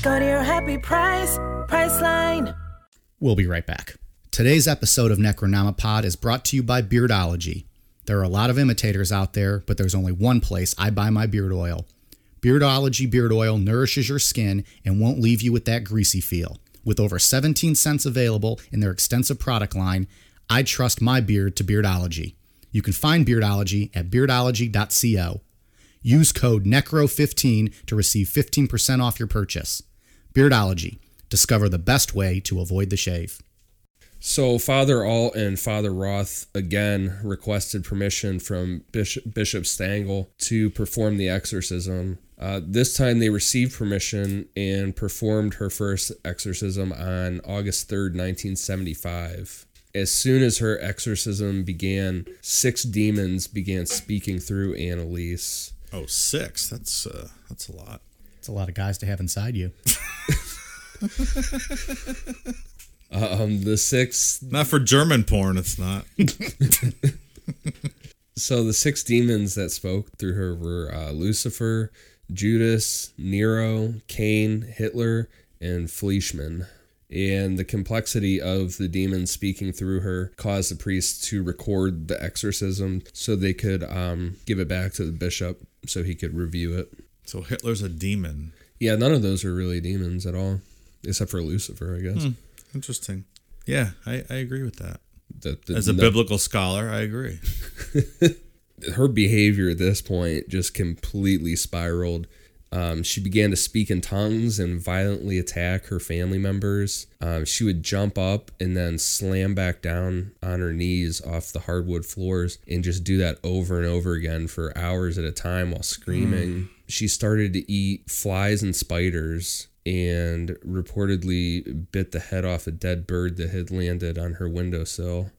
[SPEAKER 7] Go to your happy price, Priceline.
[SPEAKER 2] We'll be right back. Today's episode of Necronomipod is brought to you by Beardology. There are a lot of imitators out there, but there's only one place I buy my beard oil. Beardology beard oil nourishes your skin and won't leave you with that greasy feel. With over 17 cents available in their extensive product line, I trust my beard to Beardology. You can find Beardology at beardology.co. Use code NECRO15 to receive 15% off your purchase. Beardology. Discover the best way to avoid the shave.
[SPEAKER 3] So Father Alt and Father Roth again requested permission from Bishop, Bishop Stangle to perform the exorcism. Uh, this time they received permission and performed her first exorcism on August 3rd, 1975. As soon as her exorcism began, six demons began speaking through Annalise.
[SPEAKER 1] Oh, six. That's uh, that's a lot.
[SPEAKER 2] It's a lot of guys to have inside you.
[SPEAKER 3] Um, the six
[SPEAKER 1] Not for German porn. It's not.
[SPEAKER 3] So the six demons that spoke through her were uh, Lucifer, Judas, Nero, Cain, Hitler, and Fleischmann. And the complexity of the demons speaking through her caused the priests to record the exorcism so they could um, give it back to the bishop so he could review it.
[SPEAKER 1] So Hitler's a demon.
[SPEAKER 3] Yeah, none of those are really demons
[SPEAKER 1] Hmm.
[SPEAKER 3] at all, except for Lucifer, I guess.
[SPEAKER 1] Interesting. Yeah, I, I agree with that.
[SPEAKER 3] the, the-
[SPEAKER 1] As a
[SPEAKER 3] no-
[SPEAKER 1] biblical scholar, I agree.
[SPEAKER 3] her behavior at this point just completely spiraled. Um, she began to speak in tongues and violently attack her family members. Um, she would jump up and then slam back down on her knees off the hardwood floors and just do that over and over again for hours at a time while screaming. She started to eat flies and spiders and reportedly bit the head off a dead bird that had landed on her windowsill.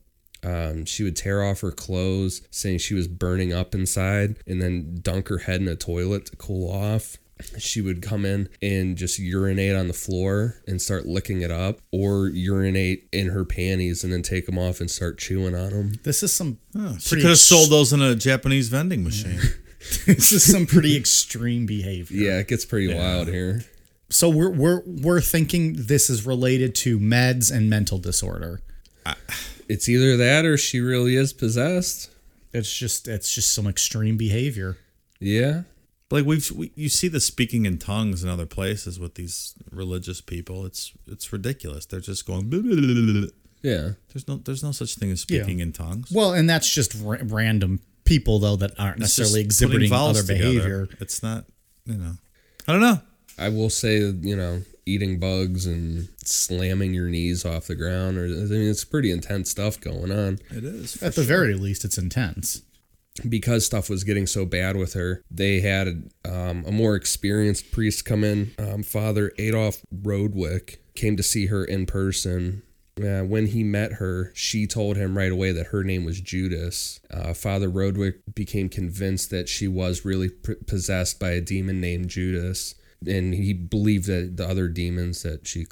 [SPEAKER 3] Um, she would tear off her clothes, saying she was burning up inside, and then dunk her head in a toilet to cool off. She would come in and just urinate on the floor and start licking it up, or urinate in her panties and then take them off and start chewing on them.
[SPEAKER 2] This is some
[SPEAKER 1] She
[SPEAKER 2] pretty
[SPEAKER 1] could have
[SPEAKER 2] ex-
[SPEAKER 1] sold those in a Japanese vending machine.
[SPEAKER 2] this is some pretty extreme behavior.
[SPEAKER 3] Yeah, it gets pretty wild here.
[SPEAKER 2] So we're we're we're thinking this is related to meds and mental disorder.
[SPEAKER 3] It's either that or she really is possessed.
[SPEAKER 2] It's just it's just some extreme behavior.
[SPEAKER 3] Yeah.
[SPEAKER 1] like we've we, you see the speaking in tongues in other places with these religious people. It's it's ridiculous. They're just going. "Blah, blah, blah, blah, blah."
[SPEAKER 3] Yeah.
[SPEAKER 1] There's no there's no such thing as speaking in tongues.
[SPEAKER 2] Well, and that's just ra- random people though that aren't
[SPEAKER 1] It's
[SPEAKER 2] necessarily
[SPEAKER 1] just putting
[SPEAKER 2] exhibiting
[SPEAKER 1] vowels
[SPEAKER 2] other
[SPEAKER 1] together.
[SPEAKER 2] behavior.
[SPEAKER 1] It's not you know. I don't know.
[SPEAKER 3] I will say, you know, eating bugs and slamming your knees off the ground. Or, I mean, it's pretty intense stuff going on.
[SPEAKER 1] It is.
[SPEAKER 2] At the very least, it's intense.
[SPEAKER 3] because stuff was getting so bad with her, they had um, a more experienced priest come in. Um, Father Adolf Rodwick came to see her in person. Uh, when he met her, she told him right away that her name was Judas. Uh, Father Rodwick became convinced that she was really p- possessed by a demon named Judas. And he believed that the other demons that she,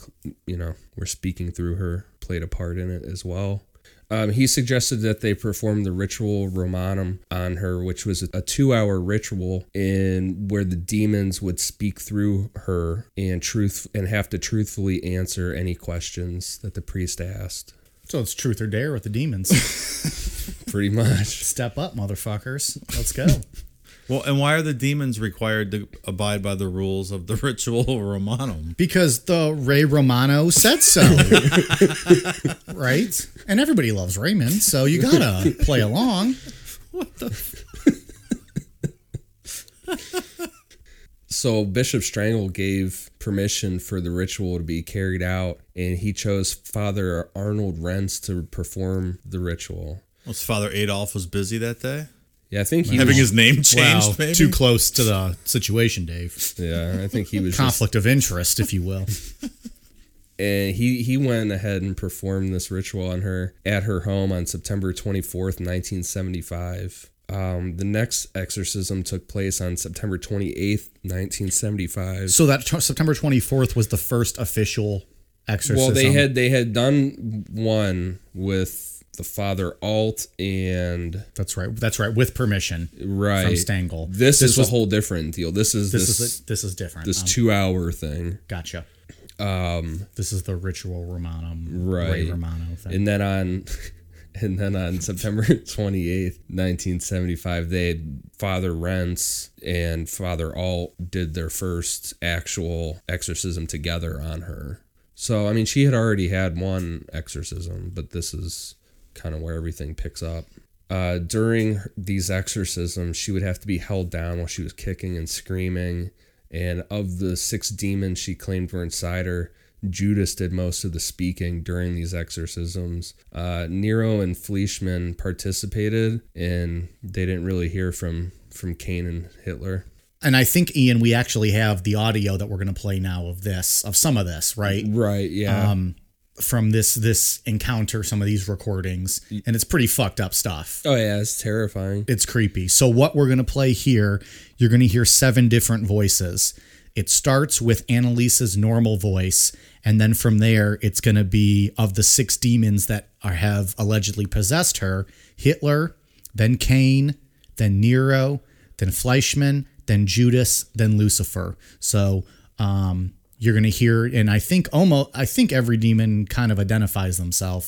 [SPEAKER 3] you know, were speaking through her played a part in it as well. Um, he suggested that they perform the ritual Romanum on her, which was a two-hour ritual in where the demons would speak through her and truth and have to truthfully answer any questions that the priest asked.
[SPEAKER 2] So it's truth or dare with the demons.
[SPEAKER 3] Pretty much.
[SPEAKER 2] Step up, motherfuckers. Let's go.
[SPEAKER 1] Well, and why are the demons required to abide by the rules of the ritual Romanum?
[SPEAKER 2] Because the Ray Romano said so. right? And everybody loves Raymond, so you gotta play along.
[SPEAKER 3] So Bishop Strangle gave permission for the ritual to be carried out, and he chose Father Arnold Rentz to perform the ritual.
[SPEAKER 1] Was Father Adolf was busy that day,
[SPEAKER 3] Yeah, I think he.
[SPEAKER 1] having
[SPEAKER 3] Was,
[SPEAKER 1] his name changed.
[SPEAKER 2] Wow,
[SPEAKER 1] maybe
[SPEAKER 2] too close to the situation, Dave.
[SPEAKER 3] yeah, I think he was just
[SPEAKER 2] Conflict of interest, if you will.
[SPEAKER 3] and he he went ahead and performed this ritual on her at her home on September 24th, 1975. Um, the next exorcism took place on September 28th, 1975.
[SPEAKER 2] So that t- September 24th was the first official exorcism.
[SPEAKER 3] well, they had they had done one with the father Alt and
[SPEAKER 2] That's right. That's right. With permission.
[SPEAKER 3] right
[SPEAKER 2] From Stengel.
[SPEAKER 3] This,
[SPEAKER 2] This
[SPEAKER 3] is
[SPEAKER 2] was-
[SPEAKER 3] a whole different deal. This is
[SPEAKER 2] This,
[SPEAKER 3] this this,
[SPEAKER 2] is this is different. Um,
[SPEAKER 3] two hour thing.
[SPEAKER 2] gotcha. Um, this is the ritual Romanum. Ray
[SPEAKER 3] Right.
[SPEAKER 2] Romano thing.
[SPEAKER 3] And then on and then on September 28th, 1975, they Father Rents and Father Alt did their first actual exorcism together on her. So I mean she had already had one exorcism, but this is kind of where everything picks up. Uh, during these exorcisms, she would have to be held down while she was kicking and screaming. And of the six demons she claimed were inside her, Judas did most of the speaking during these exorcisms. Uh, Nero and Fleischmann participated, and they didn't really hear from from Cain and Hitler.
[SPEAKER 2] and I think Ian, we actually have the audio that we're going to play now of this, of some of this, right?
[SPEAKER 3] Right. Yeah.
[SPEAKER 2] Um, From this this encounter, some of these recordings, and it's pretty fucked up stuff.
[SPEAKER 3] oh yeah, it's terrifying.
[SPEAKER 2] It's creepy. So what we're going to play here, you're going to hear seven different voices. It starts with Annalisa's normal voice, and then from there, it's going to be of the six demons that are, have allegedly possessed her: Hitler, then Cain, then Nero, then Fleischmann, then Judas, then Lucifer. So um, you're going to hear, and I think almost, I think every demon kind of identifies themself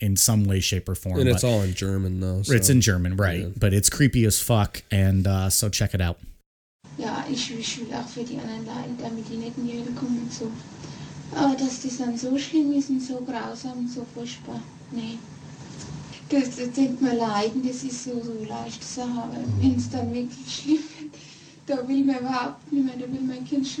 [SPEAKER 2] in some way, shape, or form.
[SPEAKER 3] And it's
[SPEAKER 2] but-
[SPEAKER 3] all in German though. So.
[SPEAKER 2] it's in German, right? But it's creepy as fuck, and uh, so check it out.
[SPEAKER 8] Ja, ich, ich will auch für die anderen leiden, damit die nicht in die Hölle kommen und so. Aber dass das dann so schlimm ist und so grausam und so furchtbar, nee. Das, das tut mir leid, das ist so, so leicht zu haben. Wenn es dann wirklich schlimm wird, da will man überhaupt nicht mehr, da will man kein Schuh.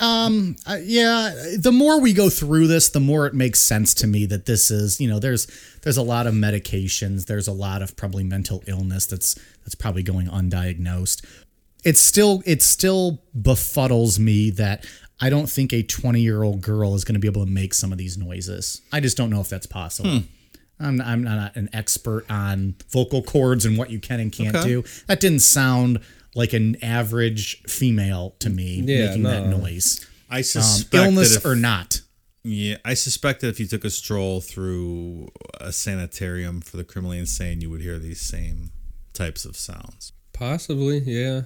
[SPEAKER 2] Uh, yeah, the more we go through this, the more it makes sense to me that this is, you know, there's there's a lot of medications, there's a lot of probably mental illness that's that's probably going undiagnosed. It's still it still befuddles me that I don't think a 20-year-old girl is going to be able to make some of these noises. I just don't know if that's possible.
[SPEAKER 3] Hmm.
[SPEAKER 2] I'm, I'm not an expert on vocal cords and what you can and can't
[SPEAKER 1] Okay.
[SPEAKER 2] do. That didn't sound like an average female to me
[SPEAKER 3] Yeah,
[SPEAKER 2] making that
[SPEAKER 3] no.
[SPEAKER 2] noise
[SPEAKER 1] I
[SPEAKER 2] um,
[SPEAKER 1] suspect
[SPEAKER 2] illness
[SPEAKER 1] that if,
[SPEAKER 2] or not.
[SPEAKER 1] Yeah, I suspect that if you took a stroll through a sanitarium for the criminally insane, you would hear these same types of sounds.
[SPEAKER 3] Possibly, yeah.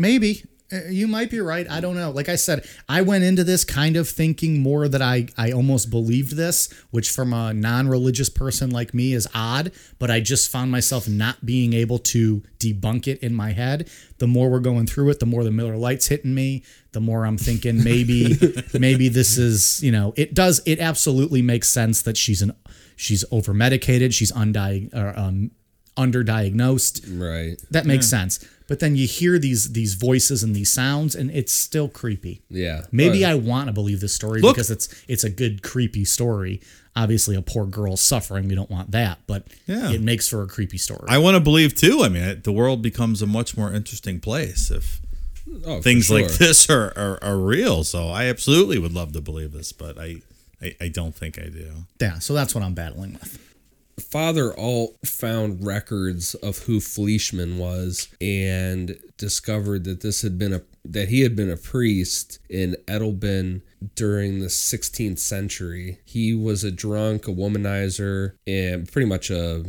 [SPEAKER 2] Maybe Uh, you might be right. I don't know. Like I said, I went into this kind of thinking more that I I almost believed this, which from a non-religious person like me is odd. But I just found myself not being able to debunk it in my head. The more we're going through it, the more the Miller Lights hitting me. The more I'm thinking maybe maybe this is you know it does it absolutely makes sense that she's an she's over medicated she's undiag or um, underdiagnosed.
[SPEAKER 3] Right.
[SPEAKER 2] That makes sense. But then you hear these these voices and these sounds, and it's still creepy.
[SPEAKER 3] Yeah.
[SPEAKER 2] Maybe
[SPEAKER 3] But-
[SPEAKER 2] I want to believe this story
[SPEAKER 3] Look-
[SPEAKER 2] because it's it's a good creepy story. Obviously, a poor girl suffering. We don't want that, but
[SPEAKER 1] Yeah.
[SPEAKER 2] it makes for a creepy story.
[SPEAKER 1] I want to believe too. I mean, it- the world becomes a much more interesting place if
[SPEAKER 3] Oh, for
[SPEAKER 1] things like
[SPEAKER 3] sure.
[SPEAKER 1] this are, are, are real. So I absolutely would love to believe this, but I, I, I don't think I do.
[SPEAKER 2] yeah. So that's what I'm battling with.
[SPEAKER 3] Father Alt found records of who Fleischman was and discovered that this had been a that he had been a priest in Edelben during the 16th century. He was a drunk, a womanizer, and pretty much a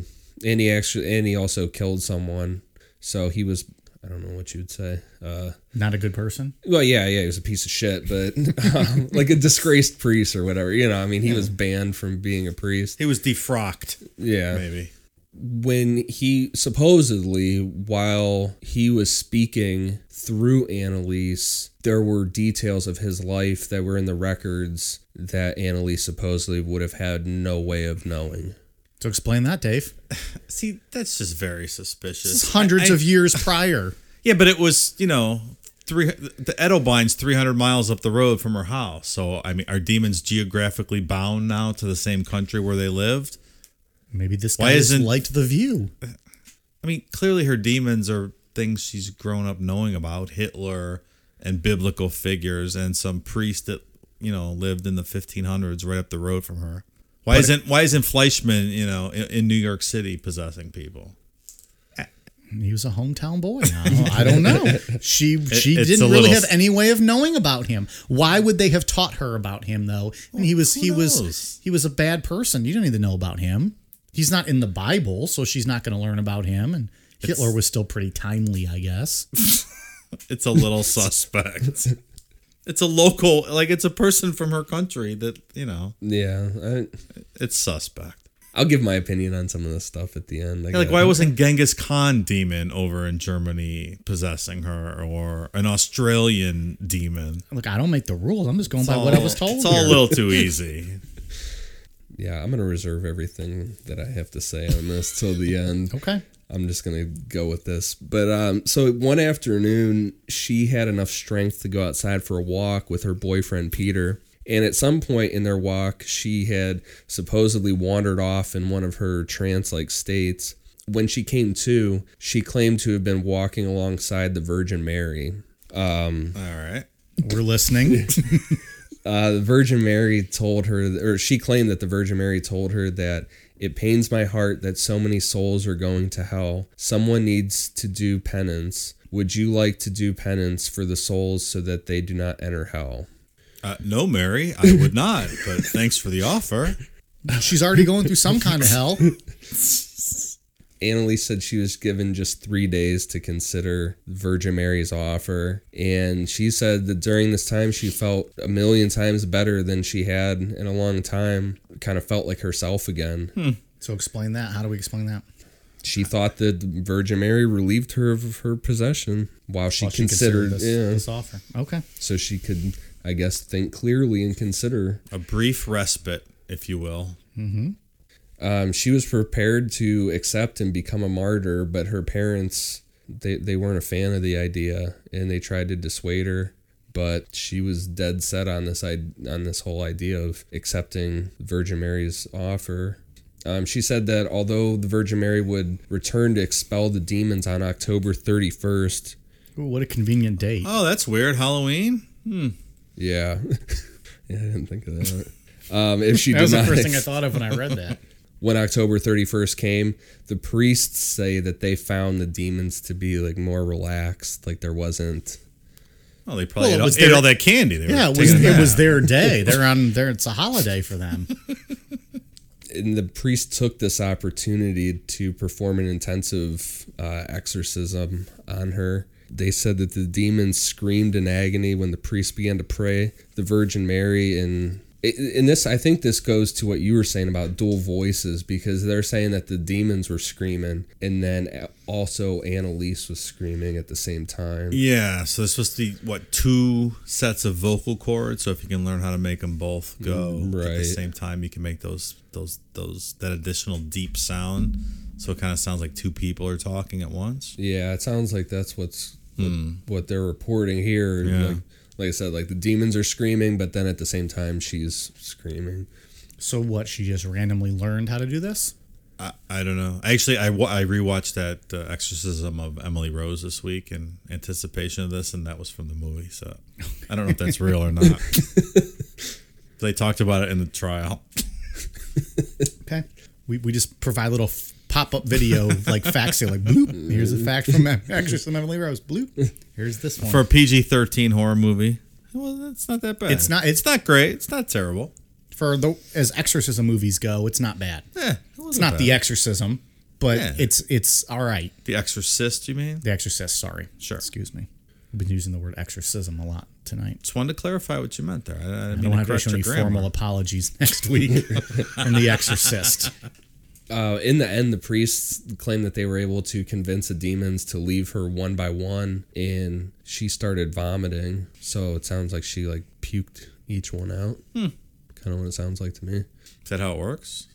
[SPEAKER 3] and he actually and he also killed someone. So he was I don't know what you would say. Uh
[SPEAKER 2] Not a good person.
[SPEAKER 3] well, yeah, yeah, he was a piece of shit, but um, like a disgraced priest or whatever. You know, I mean, he was banned from being a priest.
[SPEAKER 1] He was defrocked.
[SPEAKER 3] Yeah.
[SPEAKER 1] Maybe.
[SPEAKER 3] When he supposedly, while he was speaking through Annalise, there were details of his life that were in the records that Annalise supposedly would have had no way of knowing.
[SPEAKER 2] So explain that, Dave.
[SPEAKER 1] See, that's just very suspicious.
[SPEAKER 2] This is hundreds
[SPEAKER 1] I-
[SPEAKER 2] of years prior.
[SPEAKER 1] Yeah, but it was you know three the Edelbein's three hundred miles up the road from her house. So I mean, are demons geographically bound now to the same country where they lived?
[SPEAKER 2] Maybe this guy
[SPEAKER 1] Why
[SPEAKER 2] just
[SPEAKER 1] isn't-
[SPEAKER 2] liked the view.
[SPEAKER 1] I mean, clearly her demons are things she's grown up knowing about Hitler and biblical figures and some priest that you know lived in the 1500s right up the road from her. Why
[SPEAKER 2] But-
[SPEAKER 1] isn't why isn't Fleischman you know in, in New York City possessing people?
[SPEAKER 2] He was a hometown boy. I don't, I don't know. She she
[SPEAKER 1] it's
[SPEAKER 2] didn't
[SPEAKER 1] a
[SPEAKER 2] really
[SPEAKER 1] little-
[SPEAKER 2] have any way of knowing about him. Why would they have taught her about him though? And he was he was he was a bad person. You don't need to know about him. He's not in the Bible, so she's not going to learn about him. And Hitler was still pretty timely, I guess.
[SPEAKER 1] It's a little suspect. It's a local, like it's a person from her country that you know.
[SPEAKER 3] Yeah. I,
[SPEAKER 1] It's suspect.
[SPEAKER 3] I'll give my opinion on some of this stuff at the end. I
[SPEAKER 1] Yeah, like,
[SPEAKER 3] guess.
[SPEAKER 1] why wasn't Genghis Khan demon over in Germany possessing her, or an Australian demon?
[SPEAKER 2] Look, I don't make the rules. I'm just going by what I was told.
[SPEAKER 1] It's all
[SPEAKER 2] here.
[SPEAKER 1] a little too easy.
[SPEAKER 3] Yeah, I'm going to reserve everything that I have to say on this till the end.
[SPEAKER 2] Okay.
[SPEAKER 3] I'm just going to go with this. But um, so one afternoon, she had enough strength to go outside for a walk with her boyfriend, Peter. And at some point in their walk, she had supposedly wandered off in one of her trance like states. When she came to, she claimed to have been walking alongside the Virgin Mary. Um,
[SPEAKER 1] All right.
[SPEAKER 2] We're listening.
[SPEAKER 3] uh, the Virgin Mary told her, or she claimed that the Virgin Mary told her that it pains my heart that so many souls are going to hell. Someone needs to do penance. Would you like to do penance for the souls so that they do not enter hell?
[SPEAKER 1] Uh, no, Mary, I would not. But thanks for the offer.
[SPEAKER 2] She's already going through some kind of hell.
[SPEAKER 3] Annalise said she was given just three days to consider Virgin Mary's offer. And she said that during this time, she felt a million times better than she had in a long time. Kind of felt like herself again.
[SPEAKER 2] So explain that. How do we explain that?
[SPEAKER 3] She thought that Virgin Mary relieved her of her possession while she
[SPEAKER 2] Well,
[SPEAKER 3] considered,
[SPEAKER 2] this,
[SPEAKER 3] yeah,
[SPEAKER 2] this offer. Okay.
[SPEAKER 3] so she could, I guess, think clearly and consider.
[SPEAKER 1] A brief respite, if you will.
[SPEAKER 3] Um, she was prepared to accept and become a martyr, but her parents they they weren't a fan of the idea, and they tried to dissuade her. But she was dead set on this id- on this whole idea of accepting Virgin Mary's offer. Um, she said that although the Virgin Mary would return to expel the demons on October 31st,
[SPEAKER 2] Ooh, what a convenient date.
[SPEAKER 1] Oh, that's weird. Halloween.
[SPEAKER 3] Yeah. yeah, I didn't think of that. Um, if she
[SPEAKER 2] that
[SPEAKER 3] did
[SPEAKER 2] was the
[SPEAKER 3] not,
[SPEAKER 2] first thing I thought of when I read that.
[SPEAKER 3] when October 31st came, the priests say that they found the demons to be like more relaxed, like there wasn't.
[SPEAKER 1] Well, they probably
[SPEAKER 2] Well,
[SPEAKER 1] ate,
[SPEAKER 2] it
[SPEAKER 1] all,
[SPEAKER 2] was
[SPEAKER 1] ate
[SPEAKER 2] their-
[SPEAKER 1] all that candy. They were
[SPEAKER 2] Yeah, it was,
[SPEAKER 1] taking a
[SPEAKER 2] it was
[SPEAKER 1] nap.
[SPEAKER 2] their day. They're on there. It's a holiday for them.
[SPEAKER 3] And the priest took this opportunity to perform an intensive uh, exorcism on her. They said that the demons screamed in agony when the priest began to pray. The Virgin Mary and in this, I think this goes to what you were saying about dual voices because they're saying that the demons were screaming and then also Annalise was screaming at the same time.
[SPEAKER 1] Yeah, so it's supposed to be what two sets of vocal cords. So if you can learn how to make them both go at the
[SPEAKER 3] Right.
[SPEAKER 1] same time, you can make those those those that additional deep sound. So it kind of sounds like two people are talking at once.
[SPEAKER 3] Yeah, it sounds like that's what's
[SPEAKER 1] Hmm.
[SPEAKER 3] what they're reporting here.
[SPEAKER 1] Yeah.
[SPEAKER 3] Like, like I said, like the demons are screaming, but then at the same time she's screaming.
[SPEAKER 2] So what? She just randomly learned how to do this?
[SPEAKER 1] I, I don't know. Actually, I, wa- I rewatched that uh, Exorcism of Emily Rose this week in anticipation of this, and that was from the movie. So I don't know if that's real or not. they talked about it in the trial.
[SPEAKER 2] Okay. We, we just provide a little pop up video like facts here, like bloop. Here's a fact from actress from Emily Rose. Bloop. Here's this one.
[SPEAKER 1] For a PG 13 horror movie,
[SPEAKER 2] well, that's not that
[SPEAKER 1] bad.
[SPEAKER 2] It's not. It's,
[SPEAKER 1] not great. It's not terrible.
[SPEAKER 2] For the as exorcism movies go, it's not bad.
[SPEAKER 1] Yeah,
[SPEAKER 2] it's not the exorcism, but
[SPEAKER 1] Yeah.
[SPEAKER 2] it's it's all right.
[SPEAKER 1] The Exorcist, you mean?
[SPEAKER 2] The Exorcist. Sorry. Sure. Excuse me. We've been using the word exorcism a lot tonight.
[SPEAKER 1] Just wanted to clarify what you meant there. I, I didn't
[SPEAKER 2] I
[SPEAKER 1] mean
[SPEAKER 2] don't
[SPEAKER 1] to
[SPEAKER 2] have to
[SPEAKER 1] correct
[SPEAKER 2] issue
[SPEAKER 1] your
[SPEAKER 2] any
[SPEAKER 1] grammar.
[SPEAKER 2] formal apologies next week from The Exorcist.
[SPEAKER 3] Uh, in the end, the priests claimed that they were able to convince the demons to leave her one by one, and she started vomiting. So it sounds like she like puked each one out.
[SPEAKER 1] Hmm.
[SPEAKER 3] Kind of what it sounds like to me.
[SPEAKER 1] Is that how it works?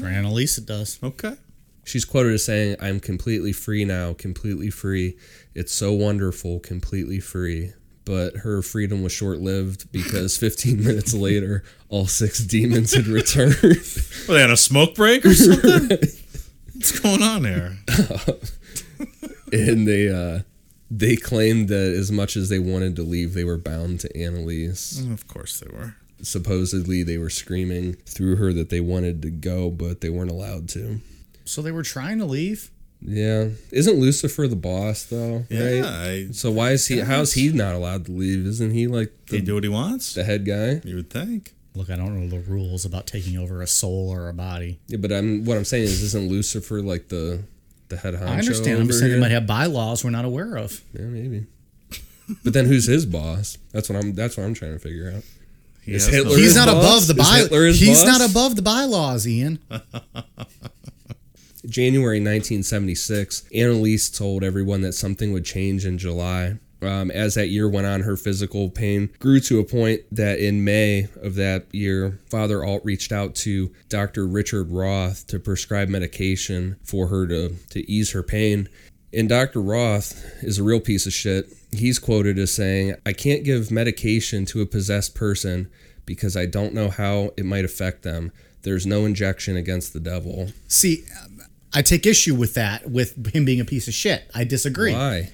[SPEAKER 2] For Annalise, it does.
[SPEAKER 1] Okay.
[SPEAKER 3] She's quoted as saying, "I'm completely free now. Completely free. It's so wonderful. Completely free." But her freedom was short-lived because 15 minutes later, all six demons had returned.
[SPEAKER 1] Were they on a smoke break or something? What's going on there?
[SPEAKER 3] and they uh they claimed that as much as they wanted to leave, they were bound to Annalise.
[SPEAKER 1] Of course they were.
[SPEAKER 3] Supposedly, they were screaming through her that they wanted to go, but they weren't allowed to.
[SPEAKER 2] So they were trying to leave.
[SPEAKER 3] Yeah, isn't Lucifer the boss though?
[SPEAKER 1] Yeah,
[SPEAKER 3] right?
[SPEAKER 1] I-
[SPEAKER 3] so why is he?
[SPEAKER 1] guess.
[SPEAKER 3] How is he not allowed to leave? Isn't he like the,
[SPEAKER 1] He do what he wants.
[SPEAKER 3] the head guy?
[SPEAKER 1] You would think.
[SPEAKER 2] Look, I don't know the rules about taking over a soul or a body.
[SPEAKER 3] Yeah, but I'm what I'm saying is, isn't Lucifer like the the head honcho?
[SPEAKER 2] I understand. I'm
[SPEAKER 3] over
[SPEAKER 2] just saying they
[SPEAKER 3] here?
[SPEAKER 2] might have bylaws we're not aware of.
[SPEAKER 3] Yeah, maybe. But then who's his boss? That's what I'm. That's what I'm trying to figure out.
[SPEAKER 1] He
[SPEAKER 3] Is
[SPEAKER 1] has no-
[SPEAKER 3] Hitler
[SPEAKER 2] He's
[SPEAKER 3] his
[SPEAKER 2] not
[SPEAKER 3] boss?
[SPEAKER 2] above the
[SPEAKER 3] Is Hitler
[SPEAKER 2] by.
[SPEAKER 3] his
[SPEAKER 2] He's
[SPEAKER 3] boss?
[SPEAKER 2] not above the bylaws, Ian.
[SPEAKER 3] January 1976, Annalise told everyone that something would change in July. Um, as that year went on, her physical pain grew to a point that in May of that year, Father Alt reached out to Dr. Richard Roth to prescribe medication for her to, to ease her pain. And Dr. Roth is a real piece of shit. He's quoted as saying, I can't give medication to a possessed person because I don't know how it might affect them. There's no injection against the devil.
[SPEAKER 2] See, I take issue with that, with him being a piece of shit. I disagree.
[SPEAKER 3] Why?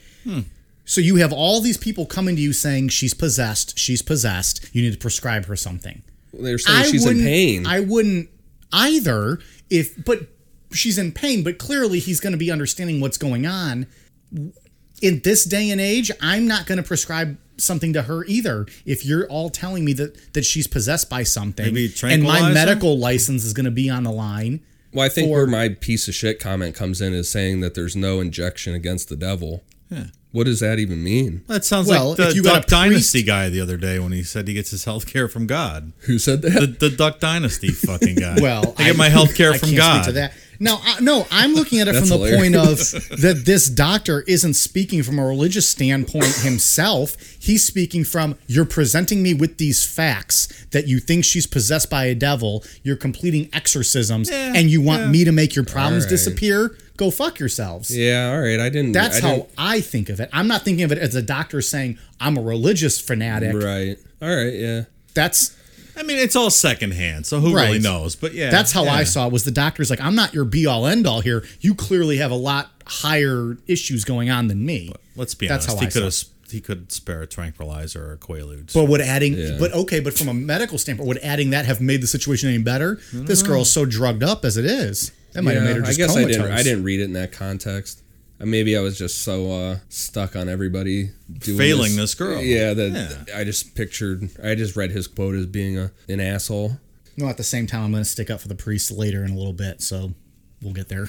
[SPEAKER 2] So you have all these people coming to you saying she's possessed, she's possessed. You need to prescribe her something.
[SPEAKER 3] They're saying she's in
[SPEAKER 2] wouldn't-
[SPEAKER 3] pain.
[SPEAKER 2] I wouldn't either if but she's in pain, but clearly he's going to be understanding what's going on. In this day and age, I'm not going to prescribe something to her either. If you're all telling me that that she's possessed by something
[SPEAKER 1] Maybe
[SPEAKER 2] and
[SPEAKER 1] tranquilize
[SPEAKER 2] my
[SPEAKER 1] her?
[SPEAKER 2] medical license is going to be on the line.
[SPEAKER 3] well, I think
[SPEAKER 2] for-
[SPEAKER 3] where my piece of shit comment comes in is saying that there's no injection against the devil.
[SPEAKER 1] Yeah.
[SPEAKER 3] What does that even mean?
[SPEAKER 1] That sounds
[SPEAKER 2] Well,
[SPEAKER 1] like the
[SPEAKER 2] if you got
[SPEAKER 1] Duck
[SPEAKER 2] a priest-
[SPEAKER 1] Dynasty guy the other day when he said he gets his health care from God.
[SPEAKER 3] Who said that?
[SPEAKER 1] The, the Duck Dynasty fucking guy.
[SPEAKER 2] Well,
[SPEAKER 1] I get my health care
[SPEAKER 2] I
[SPEAKER 1] from
[SPEAKER 2] can't
[SPEAKER 1] God.
[SPEAKER 2] Speak to that. No, I, no, I'm looking at it from
[SPEAKER 3] That's
[SPEAKER 2] the point of
[SPEAKER 3] hilarious.
[SPEAKER 2] that this doctor isn't speaking from a religious standpoint himself. He's speaking from you're presenting me with these facts that you think she's possessed by a devil. You're completing exorcisms,
[SPEAKER 1] Yeah,
[SPEAKER 2] and you want
[SPEAKER 1] yeah.
[SPEAKER 2] me to make your problems
[SPEAKER 3] Alright.
[SPEAKER 2] disappear. Go fuck yourselves.
[SPEAKER 3] Yeah, all right. I didn't.
[SPEAKER 2] That's
[SPEAKER 3] I
[SPEAKER 2] how
[SPEAKER 3] didn't-
[SPEAKER 2] I think of it. I'm not thinking of it as a doctor saying I'm a religious fanatic.
[SPEAKER 3] Right. All right. Yeah.
[SPEAKER 2] That's
[SPEAKER 1] I mean, it's all secondhand, so who really
[SPEAKER 2] Right.
[SPEAKER 1] knows? But yeah,
[SPEAKER 2] That's how I
[SPEAKER 1] yeah.
[SPEAKER 2] saw it. Was the doctor's like, I'm not your be all end all here. You clearly have a lot higher issues going on than me.
[SPEAKER 1] Let's be
[SPEAKER 2] That's
[SPEAKER 1] honest.
[SPEAKER 2] how
[SPEAKER 1] He
[SPEAKER 2] I
[SPEAKER 1] could
[SPEAKER 2] saw
[SPEAKER 1] have. He could spare a tranquilizer or a Quaalude.
[SPEAKER 2] But would adding,
[SPEAKER 3] Yeah.
[SPEAKER 2] but okay, but from a medical standpoint, would adding that have made the situation any better? This girl's so drugged up as it is. That might have
[SPEAKER 3] Yeah,
[SPEAKER 2] made her just
[SPEAKER 3] I guess
[SPEAKER 2] comatose.
[SPEAKER 3] I didn't. I didn't read it in that context. Uh, Maybe I was just so uh, stuck on everybody doing
[SPEAKER 1] Failing this girl.
[SPEAKER 3] Yeah. That I just pictured. I just read his quote as being a an asshole.
[SPEAKER 2] No, at the same time, I'm going to stick up for the priest later in a little bit, so we'll get there.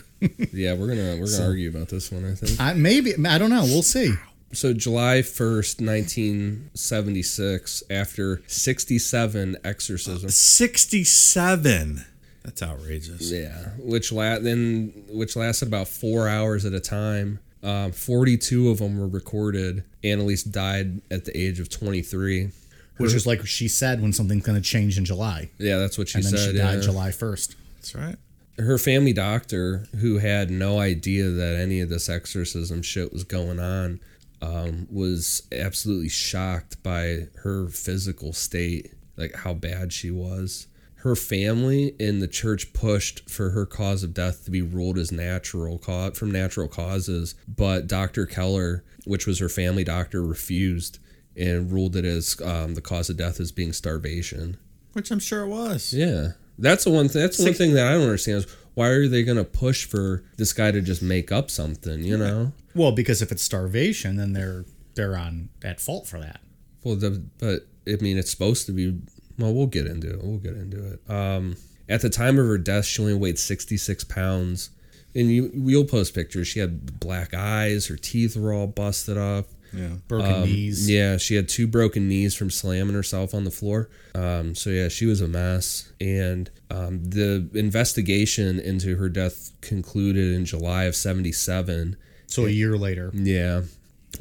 [SPEAKER 3] Yeah, we're gonna we're gonna argue about this one. I think.
[SPEAKER 2] I, maybe I don't know. We'll see.
[SPEAKER 3] So July 1st, 1976, after 67 exorcisms.
[SPEAKER 1] Sixty-seven. That's outrageous.
[SPEAKER 3] Yeah, which la- then which lasted about 4 hours at a time. Um, 42 of them were recorded. Annalise died at the age of 23.
[SPEAKER 2] Which is like she said when something's going to change in July,
[SPEAKER 3] Yeah, that's what she
[SPEAKER 2] and then
[SPEAKER 3] said.
[SPEAKER 2] she died
[SPEAKER 3] yeah.
[SPEAKER 2] July 1st.
[SPEAKER 1] That's right.
[SPEAKER 3] her family doctor, who had no idea that any of this exorcism shit was going on, um, was absolutely shocked by her physical state, like how bad she was. Her family and the church pushed for her cause of death to be ruled as natural cause from natural causes, but Dr. Keller, which was her family doctor, refused and ruled it as um, the cause of death as being starvation.
[SPEAKER 1] Which I'm sure it was.
[SPEAKER 3] Yeah, that's the one. Th- that's the one thing that I don't understand is why are they going to push for this guy to just make up something? You know.
[SPEAKER 2] Well, because if it's starvation, then they're they're on at fault for that.
[SPEAKER 3] Well, the, but I mean, it's supposed to be. Well, we'll get into it. We'll get into it. Um, at the time of her death, she only weighed 66 pounds, and you you'll post pictures. She had black eyes. Her teeth were all busted up.
[SPEAKER 1] Yeah.
[SPEAKER 2] Broken
[SPEAKER 3] Um,
[SPEAKER 2] knees.
[SPEAKER 3] Yeah, she had two broken knees from slamming herself on the floor. Um, so yeah, she was a mess. And um, the investigation into her death concluded in July of '77.
[SPEAKER 2] So a year later.
[SPEAKER 3] Yeah.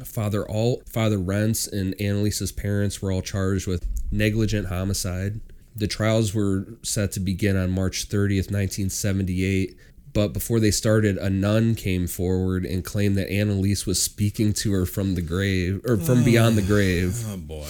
[SPEAKER 3] Father all Father Rents and Annalisa's parents were all charged with negligent homicide. The trials were set to begin on March 30th, 1978, but before they started, a nun came forward and claimed that Annalise was speaking to her from the grave or from beyond the grave.
[SPEAKER 1] Oh boy.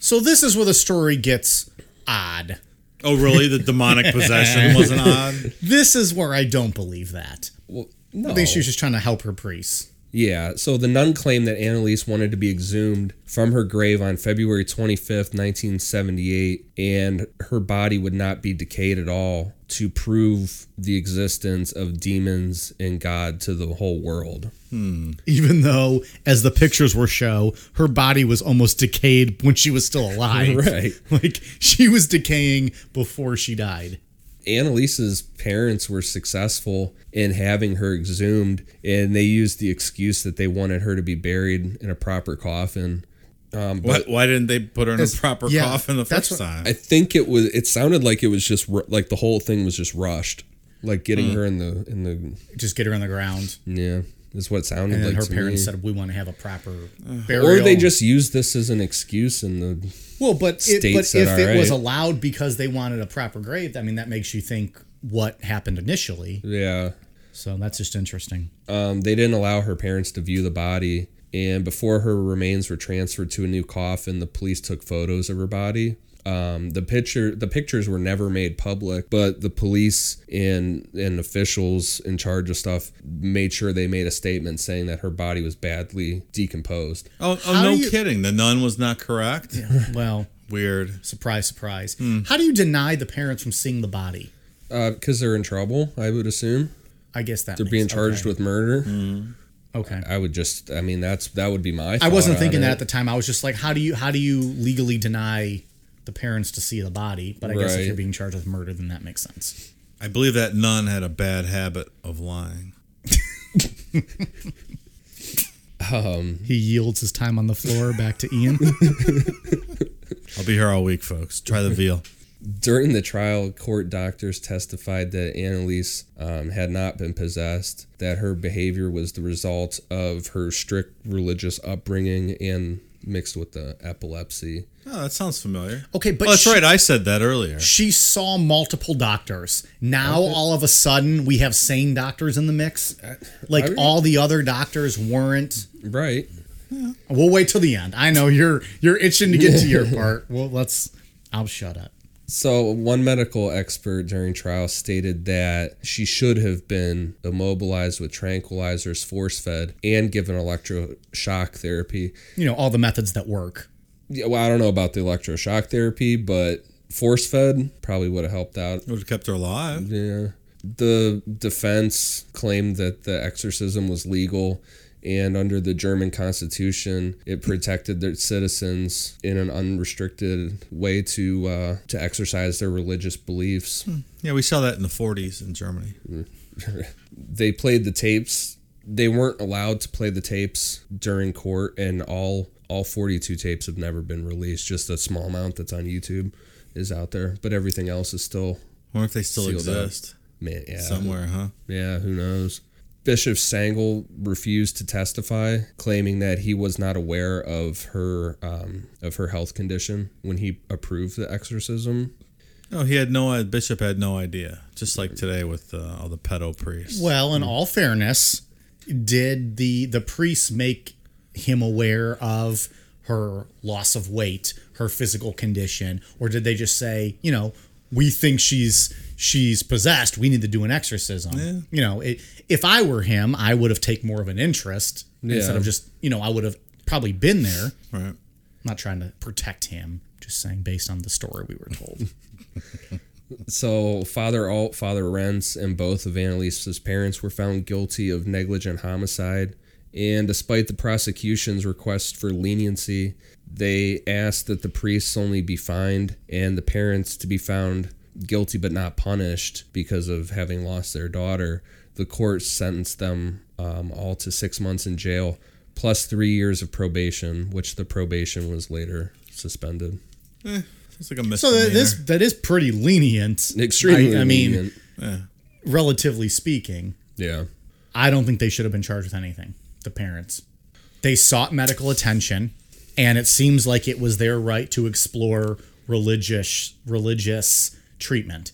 [SPEAKER 2] So this is where the story gets odd.
[SPEAKER 1] Oh really? The demonic possession wasn't on.
[SPEAKER 2] This is where I don't believe that.
[SPEAKER 3] Well,
[SPEAKER 2] I think she was just trying to help her priests.
[SPEAKER 3] Yeah, so the nun claimed that Annalise wanted to be exhumed from her grave on February 25th, 1978, and her body would not be decayed at all to prove the existence of demons and God to the whole world.
[SPEAKER 2] Even though, as the pictures were show, her body was almost decayed when she was still alive.
[SPEAKER 3] Right.
[SPEAKER 2] Like she was decaying before she died.
[SPEAKER 3] Annalise's parents were successful in having her exhumed, and they used the excuse that they wanted her to be buried in a proper coffin. Um,
[SPEAKER 1] Why, why didn't they put her in a proper
[SPEAKER 2] yeah,
[SPEAKER 1] coffin the
[SPEAKER 2] that's
[SPEAKER 1] first
[SPEAKER 2] what-
[SPEAKER 1] time?
[SPEAKER 3] I think it was. It sounded like it was just ru- like the whole thing was just rushed, like getting her in the in the
[SPEAKER 2] Just get her on the ground.
[SPEAKER 3] yeah. Is what it sounded
[SPEAKER 2] And then
[SPEAKER 3] like.
[SPEAKER 2] her
[SPEAKER 3] to
[SPEAKER 2] parents
[SPEAKER 3] me.
[SPEAKER 2] said, We want to have a proper
[SPEAKER 3] or
[SPEAKER 2] burial.
[SPEAKER 3] they just used this as an excuse in the.
[SPEAKER 2] Well, but, it,
[SPEAKER 3] State
[SPEAKER 2] but
[SPEAKER 3] said,
[SPEAKER 2] if it
[SPEAKER 3] "All
[SPEAKER 2] was
[SPEAKER 3] right."
[SPEAKER 2] allowed because they wanted a proper grave, I mean, that makes you think what happened initially.
[SPEAKER 3] Yeah,
[SPEAKER 2] So that's just interesting.
[SPEAKER 3] um, they didn't allow her parents to view the body, and before her remains were transferred to a new coffin, the police took photos of her body. Um, the picture, the pictures were never made public, but the police and and officials in charge of stuff made sure they made a statement saying that her body was badly decomposed.
[SPEAKER 1] oh, oh
[SPEAKER 2] How
[SPEAKER 1] no
[SPEAKER 2] do you-
[SPEAKER 1] kidding. The nun was not correct.
[SPEAKER 2] Well,
[SPEAKER 1] Weird.
[SPEAKER 2] surprise, surprise. How do you deny the parents from seeing the body?
[SPEAKER 3] because Uh, they're in trouble. I would assume
[SPEAKER 2] I guess that
[SPEAKER 3] they're being charged with murder.
[SPEAKER 2] with. Okay.
[SPEAKER 3] I would just, I mean, that's that would be my.
[SPEAKER 2] I wasn't
[SPEAKER 3] thought on
[SPEAKER 2] thinking that
[SPEAKER 3] it.
[SPEAKER 2] at the time. I was just like, how do you how do you legally deny the parents to see the body? But I guess if
[SPEAKER 3] Right.
[SPEAKER 2] you're being charged with murder, then that makes sense.
[SPEAKER 1] I believe that nun had a bad habit of lying.
[SPEAKER 2] He yields his time on the floor back to Ian.
[SPEAKER 1] I'll be here all week, folks. Try the veal.
[SPEAKER 3] During the trial, court doctors testified that Annalise um, had not been possessed, that her behavior was the result of her strict religious upbringing and mixed with the epilepsy.
[SPEAKER 1] Oh, that sounds familiar.
[SPEAKER 2] okay, but
[SPEAKER 1] oh, that's
[SPEAKER 2] she,
[SPEAKER 1] right. I said that earlier.
[SPEAKER 2] she saw multiple doctors. Now all of a sudden we have sane doctors in the mix. Like
[SPEAKER 3] I-
[SPEAKER 2] all the other doctors weren't.
[SPEAKER 3] Right.
[SPEAKER 2] We'll wait till the end. I know you're you're itching to get to your part. Well, let's I'll shut up.
[SPEAKER 3] So, one medical expert during trial stated that she should have been immobilized with tranquilizers, force fed, and given electroshock therapy.
[SPEAKER 2] You know, all the methods that work.
[SPEAKER 3] Yeah, well, I don't know about the electroshock therapy, but force fed probably would have helped out.
[SPEAKER 1] Would have kept her alive.
[SPEAKER 3] Yeah. The defense claimed that the exorcism was legal and under the German constitution it protected their citizens in an unrestricted way to uh, to exercise their religious beliefs.
[SPEAKER 1] Yeah, we saw that in the 40s in Germany.
[SPEAKER 3] They played the tapes. They weren't allowed to play the tapes during court and all all 42 tapes have never been released. Just a small amount that's on YouTube is out there, but everything else is still
[SPEAKER 1] I wonder if they still
[SPEAKER 3] Sealed up.
[SPEAKER 1] exist
[SPEAKER 3] man, yeah.
[SPEAKER 1] somewhere, huh?
[SPEAKER 3] Yeah, who knows? Bishop Sangle refused to testify, claiming that he was not aware of her um, of her health condition when he approved the exorcism.
[SPEAKER 1] No, he had no. uh, Bishop had no idea. Just like today with uh, all the pedo priests.
[SPEAKER 2] Well, in all fairness, did the the priests make him aware of her loss of weight, her physical condition, or did they just say, you know, we think she's she's possessed, we need to do an exorcism?
[SPEAKER 1] Yeah.
[SPEAKER 2] You know, it, if I were him, I would have taken more of an interest instead
[SPEAKER 1] Yeah.
[SPEAKER 2] of just, you know, I would have probably been there.
[SPEAKER 1] Right. I'm
[SPEAKER 2] not trying to protect him, just saying based on the story we were told.
[SPEAKER 3] So Father Alt, Father Rents, and both of Annalise's parents were found guilty of negligent homicide. And despite the prosecution's request for leniency, they asked that the priests only be fined and the parents to be found guilty but not punished because of having lost their daughter. The court sentenced them um, all to six months in jail plus three years of probation, which the probation was later suspended.
[SPEAKER 1] Eh, it's like a
[SPEAKER 2] so
[SPEAKER 1] misdemeanor.
[SPEAKER 2] that, this that is pretty lenient.
[SPEAKER 3] Extremely
[SPEAKER 2] I, I mean,
[SPEAKER 3] lenient.
[SPEAKER 1] Yeah.
[SPEAKER 2] relatively speaking.
[SPEAKER 3] Yeah.
[SPEAKER 2] I don't think they should have been charged with anything. The parents, they sought medical attention, and it seems like it was their right to explore religious religious treatment.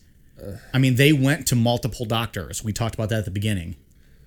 [SPEAKER 2] I mean, they went to multiple doctors. We talked about that at the beginning.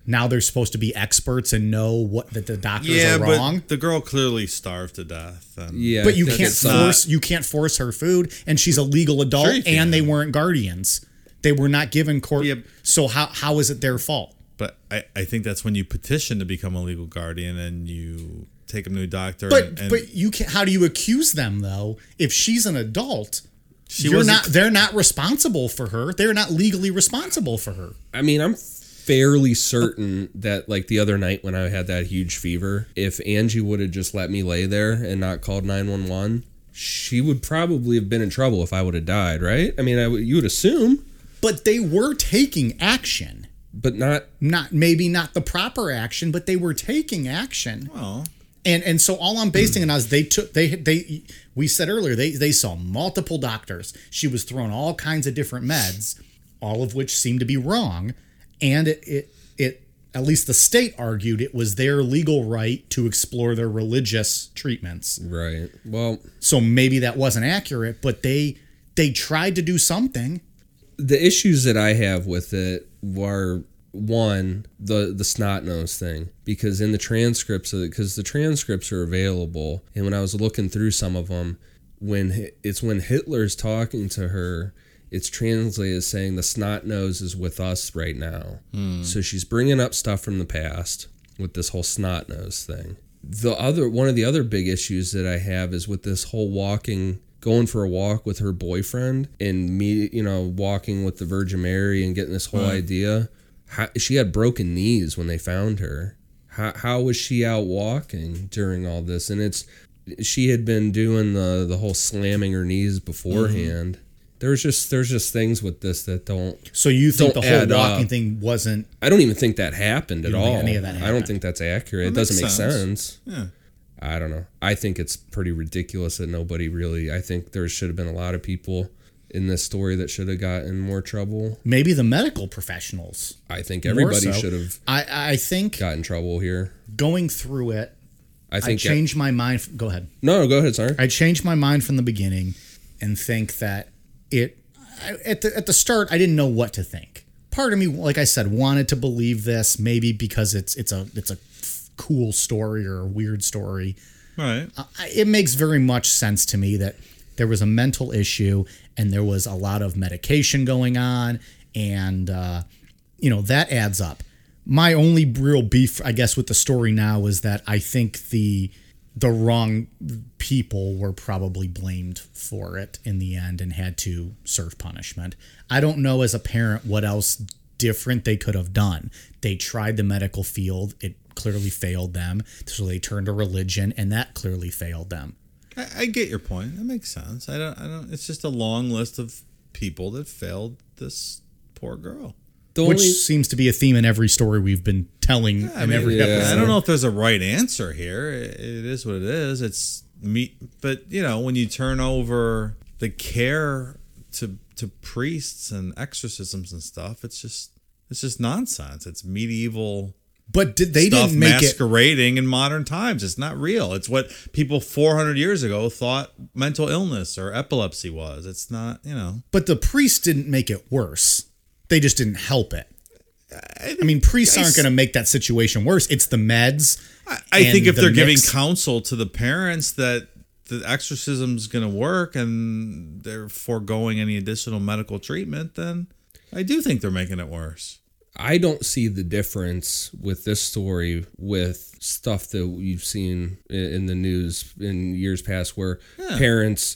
[SPEAKER 2] Now they're supposed to be experts and know what that the doctors
[SPEAKER 1] yeah,
[SPEAKER 2] are wrong.
[SPEAKER 1] but the girl clearly starved to death. And
[SPEAKER 3] Yeah,
[SPEAKER 2] but you can't force you can't force her food, and she's a legal adult,
[SPEAKER 1] Sure you
[SPEAKER 2] and they weren't guardians. They were not given court. So how how is it their fault?
[SPEAKER 1] But I, I think that's when you petition to become a legal guardian and you take him to a doctor.
[SPEAKER 2] But
[SPEAKER 1] and, and
[SPEAKER 2] but you can how do you accuse them though if she's an adult?
[SPEAKER 1] She
[SPEAKER 2] you're
[SPEAKER 1] wasn't-
[SPEAKER 2] not. They're not responsible for her. They're not legally responsible for her.
[SPEAKER 3] I mean, I'm fairly certain that like the other night when I had that huge fever, if Angie would have just let me lay there and not called 911, she would probably have been in trouble if I would have died, right? I mean, I would you would assume.
[SPEAKER 2] But they were taking action.
[SPEAKER 3] But not
[SPEAKER 2] not maybe not the proper action, but they were taking action.
[SPEAKER 1] Well.
[SPEAKER 2] And, and so all I'm basing it on is they took they they we said earlier they they saw multiple doctors. She was thrown all kinds of different meds, all of which seemed to be wrong, and it it, it at least the state argued it was their legal right to explore their religious treatments.
[SPEAKER 3] Right. Well,
[SPEAKER 2] so maybe that wasn't accurate, but they they tried to do something.
[SPEAKER 3] the issues that I have with it were one the the snot nose thing because in the transcripts because the transcripts are available and when I was looking through some of them when Hi- it's when Hitler's talking to her it's translated as saying the snot nose is with us right now
[SPEAKER 1] Hmm.
[SPEAKER 3] so she's bringing up stuff from the past with this whole snot nose thing the other one of the other big issues that I have is with this whole walking going for a walk with her boyfriend and me you know walking with the Virgin Mary and getting this whole
[SPEAKER 1] Right.
[SPEAKER 3] idea how, she had broken knees when they found her how, how was she out walking during all this and it's she had been doing the the whole slamming her knees beforehand there's just there's just things with this that don't
[SPEAKER 2] So you think
[SPEAKER 3] don't
[SPEAKER 2] the whole
[SPEAKER 3] add up.
[SPEAKER 2] walking thing wasn't
[SPEAKER 3] I don't even think that happened
[SPEAKER 2] You
[SPEAKER 3] at
[SPEAKER 2] don't think
[SPEAKER 3] all.
[SPEAKER 2] any of that
[SPEAKER 3] I don't
[SPEAKER 2] happened.
[SPEAKER 3] think that's accurate.
[SPEAKER 2] That
[SPEAKER 3] it doesn't make
[SPEAKER 2] makes
[SPEAKER 3] sense.
[SPEAKER 2] sense. Yeah.
[SPEAKER 3] I don't know. I think it's pretty ridiculous that nobody really. I think there should have been a lot of people in this story that should have gotten more trouble.
[SPEAKER 2] maybe the medical professionals?
[SPEAKER 3] I think
[SPEAKER 2] More
[SPEAKER 3] everybody
[SPEAKER 2] so.
[SPEAKER 3] should have.
[SPEAKER 2] I I think
[SPEAKER 3] got in trouble here.
[SPEAKER 2] Going through it,
[SPEAKER 3] I
[SPEAKER 2] I
[SPEAKER 3] think
[SPEAKER 2] changed my mind. f- Go ahead.
[SPEAKER 3] No, go ahead. Sorry.
[SPEAKER 2] I changed my mind from the beginning, and think that it I, at the at the start I didn't know what to think. Part of me, like I said, wanted to believe this maybe because it's it's a it's a f- cool story or a weird story.
[SPEAKER 1] Right.
[SPEAKER 2] I- I- it makes very much sense to me that there was a mental issue and there was a lot of medication going on and uh, you know that adds up my only real beef i guess with the story now is that i think the the wrong people were probably blamed for it in the end and had to serve punishment i don't know as a parent what else different they could have done they tried the medical field it clearly failed them so they turned to religion and that clearly failed them
[SPEAKER 1] I, I get your point. That makes sense. I don't. I don't. It's just a long list of people that failed this poor girl.
[SPEAKER 2] which seems to be a theme in every story we've been telling
[SPEAKER 1] I
[SPEAKER 2] in
[SPEAKER 1] mean,
[SPEAKER 2] every episode.
[SPEAKER 1] I don't know if there's a right answer here. It, it is what it is. It's me, but you know, when you turn over the care to to priests and exorcisms and stuff, it's just it's just nonsense. It's medieval
[SPEAKER 2] But did they
[SPEAKER 1] stuff
[SPEAKER 2] didn't make it?
[SPEAKER 1] masquerading in modern times. It's not real. It's what people 400 years ago thought mental illness or epilepsy was. It's not, you know.
[SPEAKER 2] But the priests didn't make it worse. They just didn't help it. I mean, priests aren't going to make that situation worse. It's the meds.
[SPEAKER 1] I think
[SPEAKER 2] and
[SPEAKER 1] if
[SPEAKER 2] the
[SPEAKER 1] they're giving
[SPEAKER 2] mix.
[SPEAKER 1] counsel to the parents that the exorcism's going to work and they're foregoing any additional medical treatment, then I do think they're making it worse.
[SPEAKER 3] I don't see the difference with this story with stuff that you've seen i- in the news in years past where
[SPEAKER 1] Yeah.
[SPEAKER 3] parents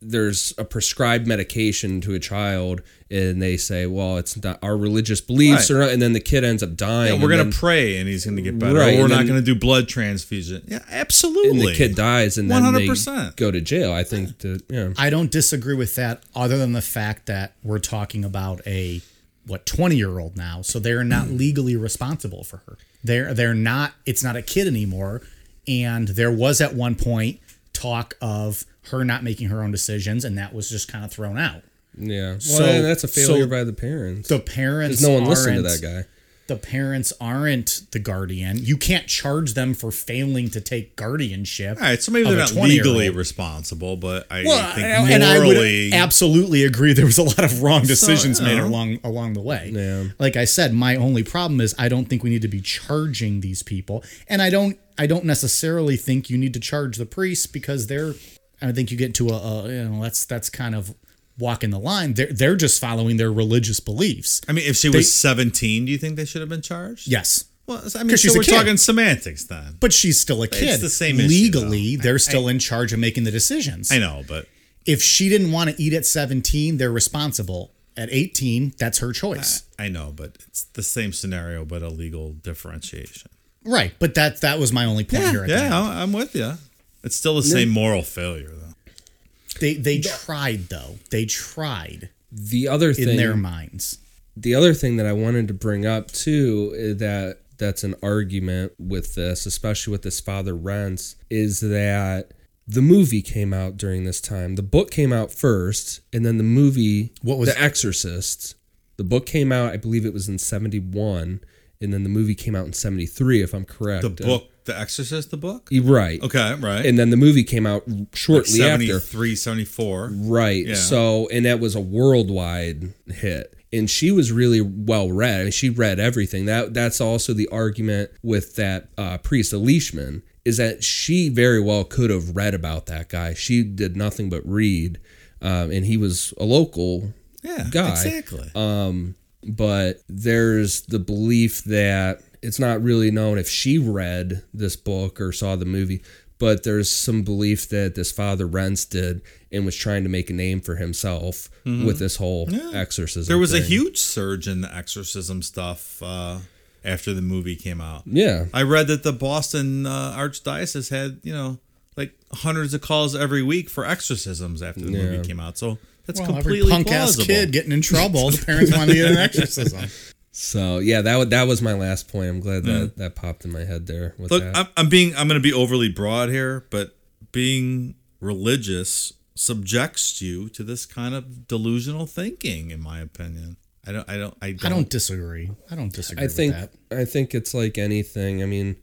[SPEAKER 3] there's a prescribed medication to a child and they say, "Well, it's not our religious beliefs,"
[SPEAKER 1] Right.
[SPEAKER 3] or not, and then the kid ends up dying.
[SPEAKER 1] Yeah, we're
[SPEAKER 3] and
[SPEAKER 1] going
[SPEAKER 3] then-
[SPEAKER 1] to pray and he's going to get better.
[SPEAKER 3] Right,
[SPEAKER 1] or we're
[SPEAKER 3] and
[SPEAKER 1] not
[SPEAKER 3] then-
[SPEAKER 1] going to do blood transfusion. Yeah, absolutely.
[SPEAKER 3] And the kid dies, and then they
[SPEAKER 1] 100%.
[SPEAKER 3] go to jail. I think that yeah,
[SPEAKER 2] I don't disagree with that, other than the fact that we're talking about a what twenty year old now, so they're not
[SPEAKER 3] Hmm.
[SPEAKER 2] legally responsible for her. They're they're not. It's not a kid anymore. And there was at one point talk of her not making her own decisions, and that was just kind of thrown out.
[SPEAKER 3] yeah. Well,
[SPEAKER 2] So-
[SPEAKER 3] that's a
[SPEAKER 2] so
[SPEAKER 3] failure by the parents.
[SPEAKER 2] The parents.
[SPEAKER 3] 'Cause no one listened to
[SPEAKER 2] aren't-
[SPEAKER 3] that guy.
[SPEAKER 2] The parents aren't the guardian. You can't charge them for failing to take guardianship.
[SPEAKER 1] All right, so maybe
[SPEAKER 2] of
[SPEAKER 1] they're
[SPEAKER 2] a
[SPEAKER 1] not
[SPEAKER 2] 20-year-old.
[SPEAKER 1] legally responsible, but I
[SPEAKER 2] Well,
[SPEAKER 1] think
[SPEAKER 2] and,
[SPEAKER 1] morally.
[SPEAKER 2] and I would absolutely agree. There was a lot of wrong
[SPEAKER 1] So,
[SPEAKER 2] decisions
[SPEAKER 1] you
[SPEAKER 2] made
[SPEAKER 1] know.
[SPEAKER 2] along along the way. Like I said, my only problem is I don't think we need to be charging these people, and I don't I don't necessarily think you need to charge the priests because they're. I think you get to a, a you know that's that's kind of walking the line. They're they're just following their religious beliefs.
[SPEAKER 1] I mean, if she
[SPEAKER 2] They-
[SPEAKER 1] was 17, do you think they should have been charged?
[SPEAKER 2] Yes.
[SPEAKER 1] Well, I mean,
[SPEAKER 2] 'Cause she's
[SPEAKER 1] so
[SPEAKER 2] a
[SPEAKER 1] we're
[SPEAKER 2] kid.
[SPEAKER 1] talking semantics then.
[SPEAKER 2] But she's still a
[SPEAKER 1] It's
[SPEAKER 2] kid.
[SPEAKER 1] the same issue,
[SPEAKER 2] Legally,
[SPEAKER 1] though.
[SPEAKER 2] they're
[SPEAKER 1] I-
[SPEAKER 2] still in charge of making the decisions.
[SPEAKER 1] I know, but
[SPEAKER 2] If she didn't want to eat at 17, they're responsible. At 18, that's her choice.
[SPEAKER 1] I know, but it's the same scenario, but a legal differentiation.
[SPEAKER 2] Right, but that that was my only point here. At the
[SPEAKER 1] yeah,
[SPEAKER 2] end.
[SPEAKER 1] I'm- I'm with you. It's still the
[SPEAKER 2] No.
[SPEAKER 1] same moral failure, though.
[SPEAKER 2] they they tried though. They tried
[SPEAKER 3] the other thing
[SPEAKER 2] in their minds.
[SPEAKER 3] the other thing that I wanted to bring up too is that that's an argument with this, especially with this father Rents, is that the movie came out during this time. The book came out first, and then the movie
[SPEAKER 2] What was-
[SPEAKER 3] The Exorcist. The book came out, I believe it was in seventy one, and then the movie came out in seventy three, if I'm correct.
[SPEAKER 1] The book, The Exorcist, the book?
[SPEAKER 3] Uh, right.
[SPEAKER 1] Okay, right.
[SPEAKER 3] And then the movie came out shortly
[SPEAKER 1] like
[SPEAKER 3] after.
[SPEAKER 1] 73, 74.
[SPEAKER 3] Right.
[SPEAKER 1] Yeah.
[SPEAKER 3] So, and that was a worldwide hit. And she was really well read. I mean, she read everything. That that's also the argument with that uh, priest Elishman is that she very well could have read about that guy. She did nothing but read, um, and he was a local
[SPEAKER 1] Yeah,
[SPEAKER 3] guy.
[SPEAKER 1] exactly.
[SPEAKER 3] Um, but there's the belief that it's not really known if she read this book or saw the movie, but there's some belief that this father Rents did and was trying to make a name for himself
[SPEAKER 1] Mhm.
[SPEAKER 3] with this whole
[SPEAKER 1] Yeah.
[SPEAKER 3] exorcism.
[SPEAKER 1] There was a
[SPEAKER 3] thing.
[SPEAKER 1] huge surge in the exorcism stuff uh, after the movie came out.
[SPEAKER 3] Yeah.
[SPEAKER 1] I read that the Boston uh, Archdiocese had, you know, like hundreds of calls every week for exorcisms after the
[SPEAKER 3] Yeah.
[SPEAKER 1] movie came out. So that's
[SPEAKER 2] well,
[SPEAKER 1] completely
[SPEAKER 2] every punk ass
[SPEAKER 1] plausible.
[SPEAKER 2] kid getting in trouble. The parents wanted to get an exorcism.
[SPEAKER 3] So yeah, that wa- that was my last point. I'm glad that that popped in my head there. With
[SPEAKER 1] Look,
[SPEAKER 3] that.
[SPEAKER 1] I'm, I'm being, I'm going to be overly broad here, but being religious subjects you to this kind of delusional thinking, in my opinion. I don't, I don't, I don't,
[SPEAKER 2] I don't disagree. I don't disagree
[SPEAKER 3] I think
[SPEAKER 2] with that.
[SPEAKER 3] I think it's like anything. I mean,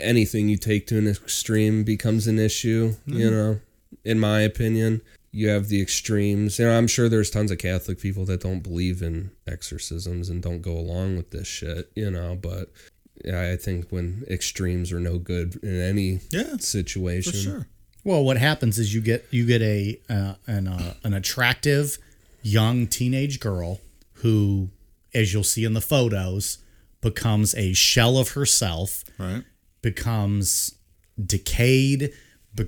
[SPEAKER 3] anything you take to an extreme becomes an issue. You
[SPEAKER 1] Mhm.
[SPEAKER 3] know, in my opinion, you have the extremes. You know, I'm sure there's tons of Catholic people that don't believe in exorcisms and don't go along with this shit. You know, but yeah, I think when extremes are no good in any
[SPEAKER 1] Yeah,
[SPEAKER 3] situation,
[SPEAKER 1] sure.
[SPEAKER 2] Well, what happens is you get you get a uh, an uh, an attractive young teenage girl who, as you'll see in the photos, becomes a shell of herself.
[SPEAKER 1] Right.
[SPEAKER 2] Becomes decayed.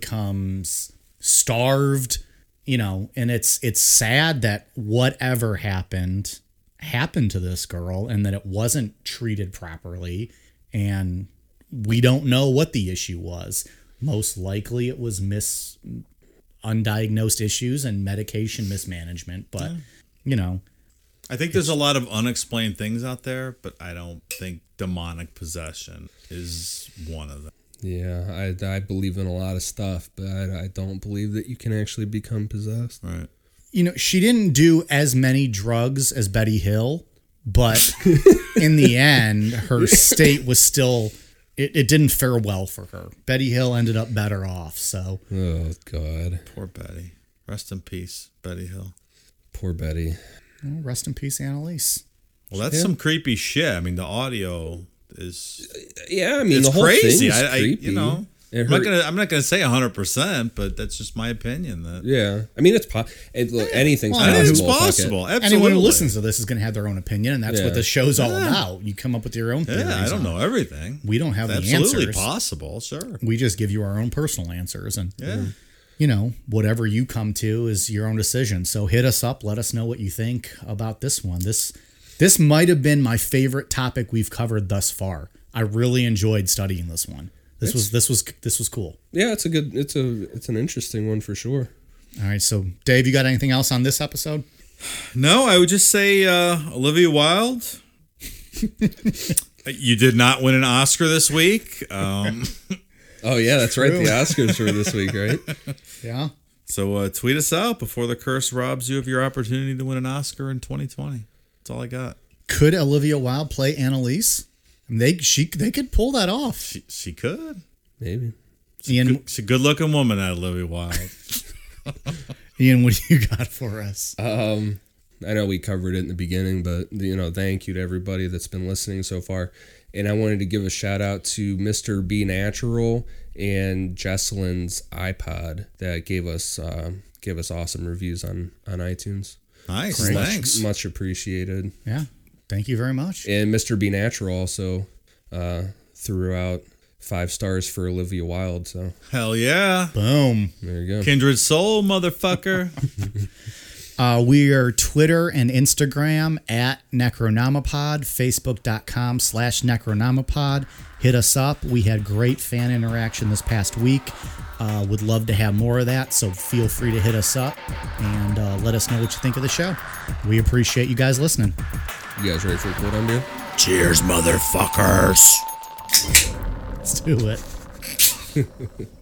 [SPEAKER 2] Becomes starved. You know, and it's it's sad that whatever happened happened to this girl, and that it wasn't treated properly, and we don't know what the issue was. Most likely it was mis undiagnosed issues and medication mismanagement, but
[SPEAKER 1] Yeah.
[SPEAKER 2] you know,
[SPEAKER 1] I think there's a lot of unexplained things out there, but I don't think demonic possession is one of them.
[SPEAKER 3] yeah, I, I believe in a lot of stuff, but I, I don't believe that you can actually become possessed.
[SPEAKER 1] Right.
[SPEAKER 2] you know, she didn't do as many drugs as Betty Hill, But in the end, her state was still. It, it didn't fare well for her. Betty Hill ended up better off. So.
[SPEAKER 3] Oh God.
[SPEAKER 1] Poor Betty. Rest in peace, Betty Hill.
[SPEAKER 3] Poor Betty.
[SPEAKER 2] Well, rest in peace, Annalise.
[SPEAKER 1] Well, that's yeah. some creepy shit. I mean, the audio is.
[SPEAKER 3] Yeah, I mean, it's the whole crazy. I, I,
[SPEAKER 1] you know. I'm not gonna. I'm not gonna say 100, percent but that's just my opinion. That
[SPEAKER 3] yeah, I mean, it's po- it, look, anything's
[SPEAKER 1] well, possible. Anything's possible. Absolutely.
[SPEAKER 2] Anyone who listens to this is gonna have their own opinion, and that's yeah. what the show's all yeah. about. You come up with your own.
[SPEAKER 1] Yeah, I don't know everything.
[SPEAKER 2] We don't have
[SPEAKER 1] it's
[SPEAKER 2] the
[SPEAKER 1] absolutely
[SPEAKER 2] answers.
[SPEAKER 1] possible. Sure,
[SPEAKER 2] we just give you our own personal answers, and
[SPEAKER 1] yeah.
[SPEAKER 2] You know, whatever you come to is your own decision. So hit us up. Let us know what you think about this one. This this might have been my favorite topic we've covered thus far. I really enjoyed studying this one. This it's, was this was this was cool.
[SPEAKER 3] Yeah, it's a good it's a it's an interesting one for sure.
[SPEAKER 2] All right, so Dave, you got anything else on this episode?
[SPEAKER 1] No, I would just say uh, Olivia Wilde. you did not win an Oscar this week. Um,
[SPEAKER 3] oh yeah, that's True. right. The Oscars were this week, right?
[SPEAKER 2] yeah.
[SPEAKER 1] So uh, tweet us out before the curse robs you of your opportunity to win an Oscar in 2020. That's all I got.
[SPEAKER 2] Could Olivia Wilde play Annalise? They she they could pull that off.
[SPEAKER 1] She, she could
[SPEAKER 3] maybe.
[SPEAKER 1] She's, Ian, good, she's a good looking woman, that Olivia Wilde.
[SPEAKER 2] Ian, what do you got for us?
[SPEAKER 3] Um, I know we covered it in the beginning, but you know, thank you to everybody that's been listening so far. And I wanted to give a shout out to Mr. B Natural and Jesselyn's iPod that gave us uh, gave us awesome reviews on on iTunes.
[SPEAKER 1] Nice, Great. thanks,
[SPEAKER 3] much, much appreciated.
[SPEAKER 2] Yeah, thank you very much.
[SPEAKER 3] And Mr. B Natural also uh, threw out five stars for Olivia Wilde. So
[SPEAKER 1] hell yeah,
[SPEAKER 2] boom,
[SPEAKER 3] there you go,
[SPEAKER 1] kindred soul, motherfucker.
[SPEAKER 2] uh, we are Twitter and Instagram at Necronomipod, Facebook.com slash Necronomipod. Hit us up. We had great fan interaction this past week. Uh, would love to have more of that, so feel free to hit us up and uh, let us know what you think of the show. We appreciate you guys listening.
[SPEAKER 3] You guys ready for a cool down beer?
[SPEAKER 6] Cheers, motherfuckers.
[SPEAKER 2] Let's do it.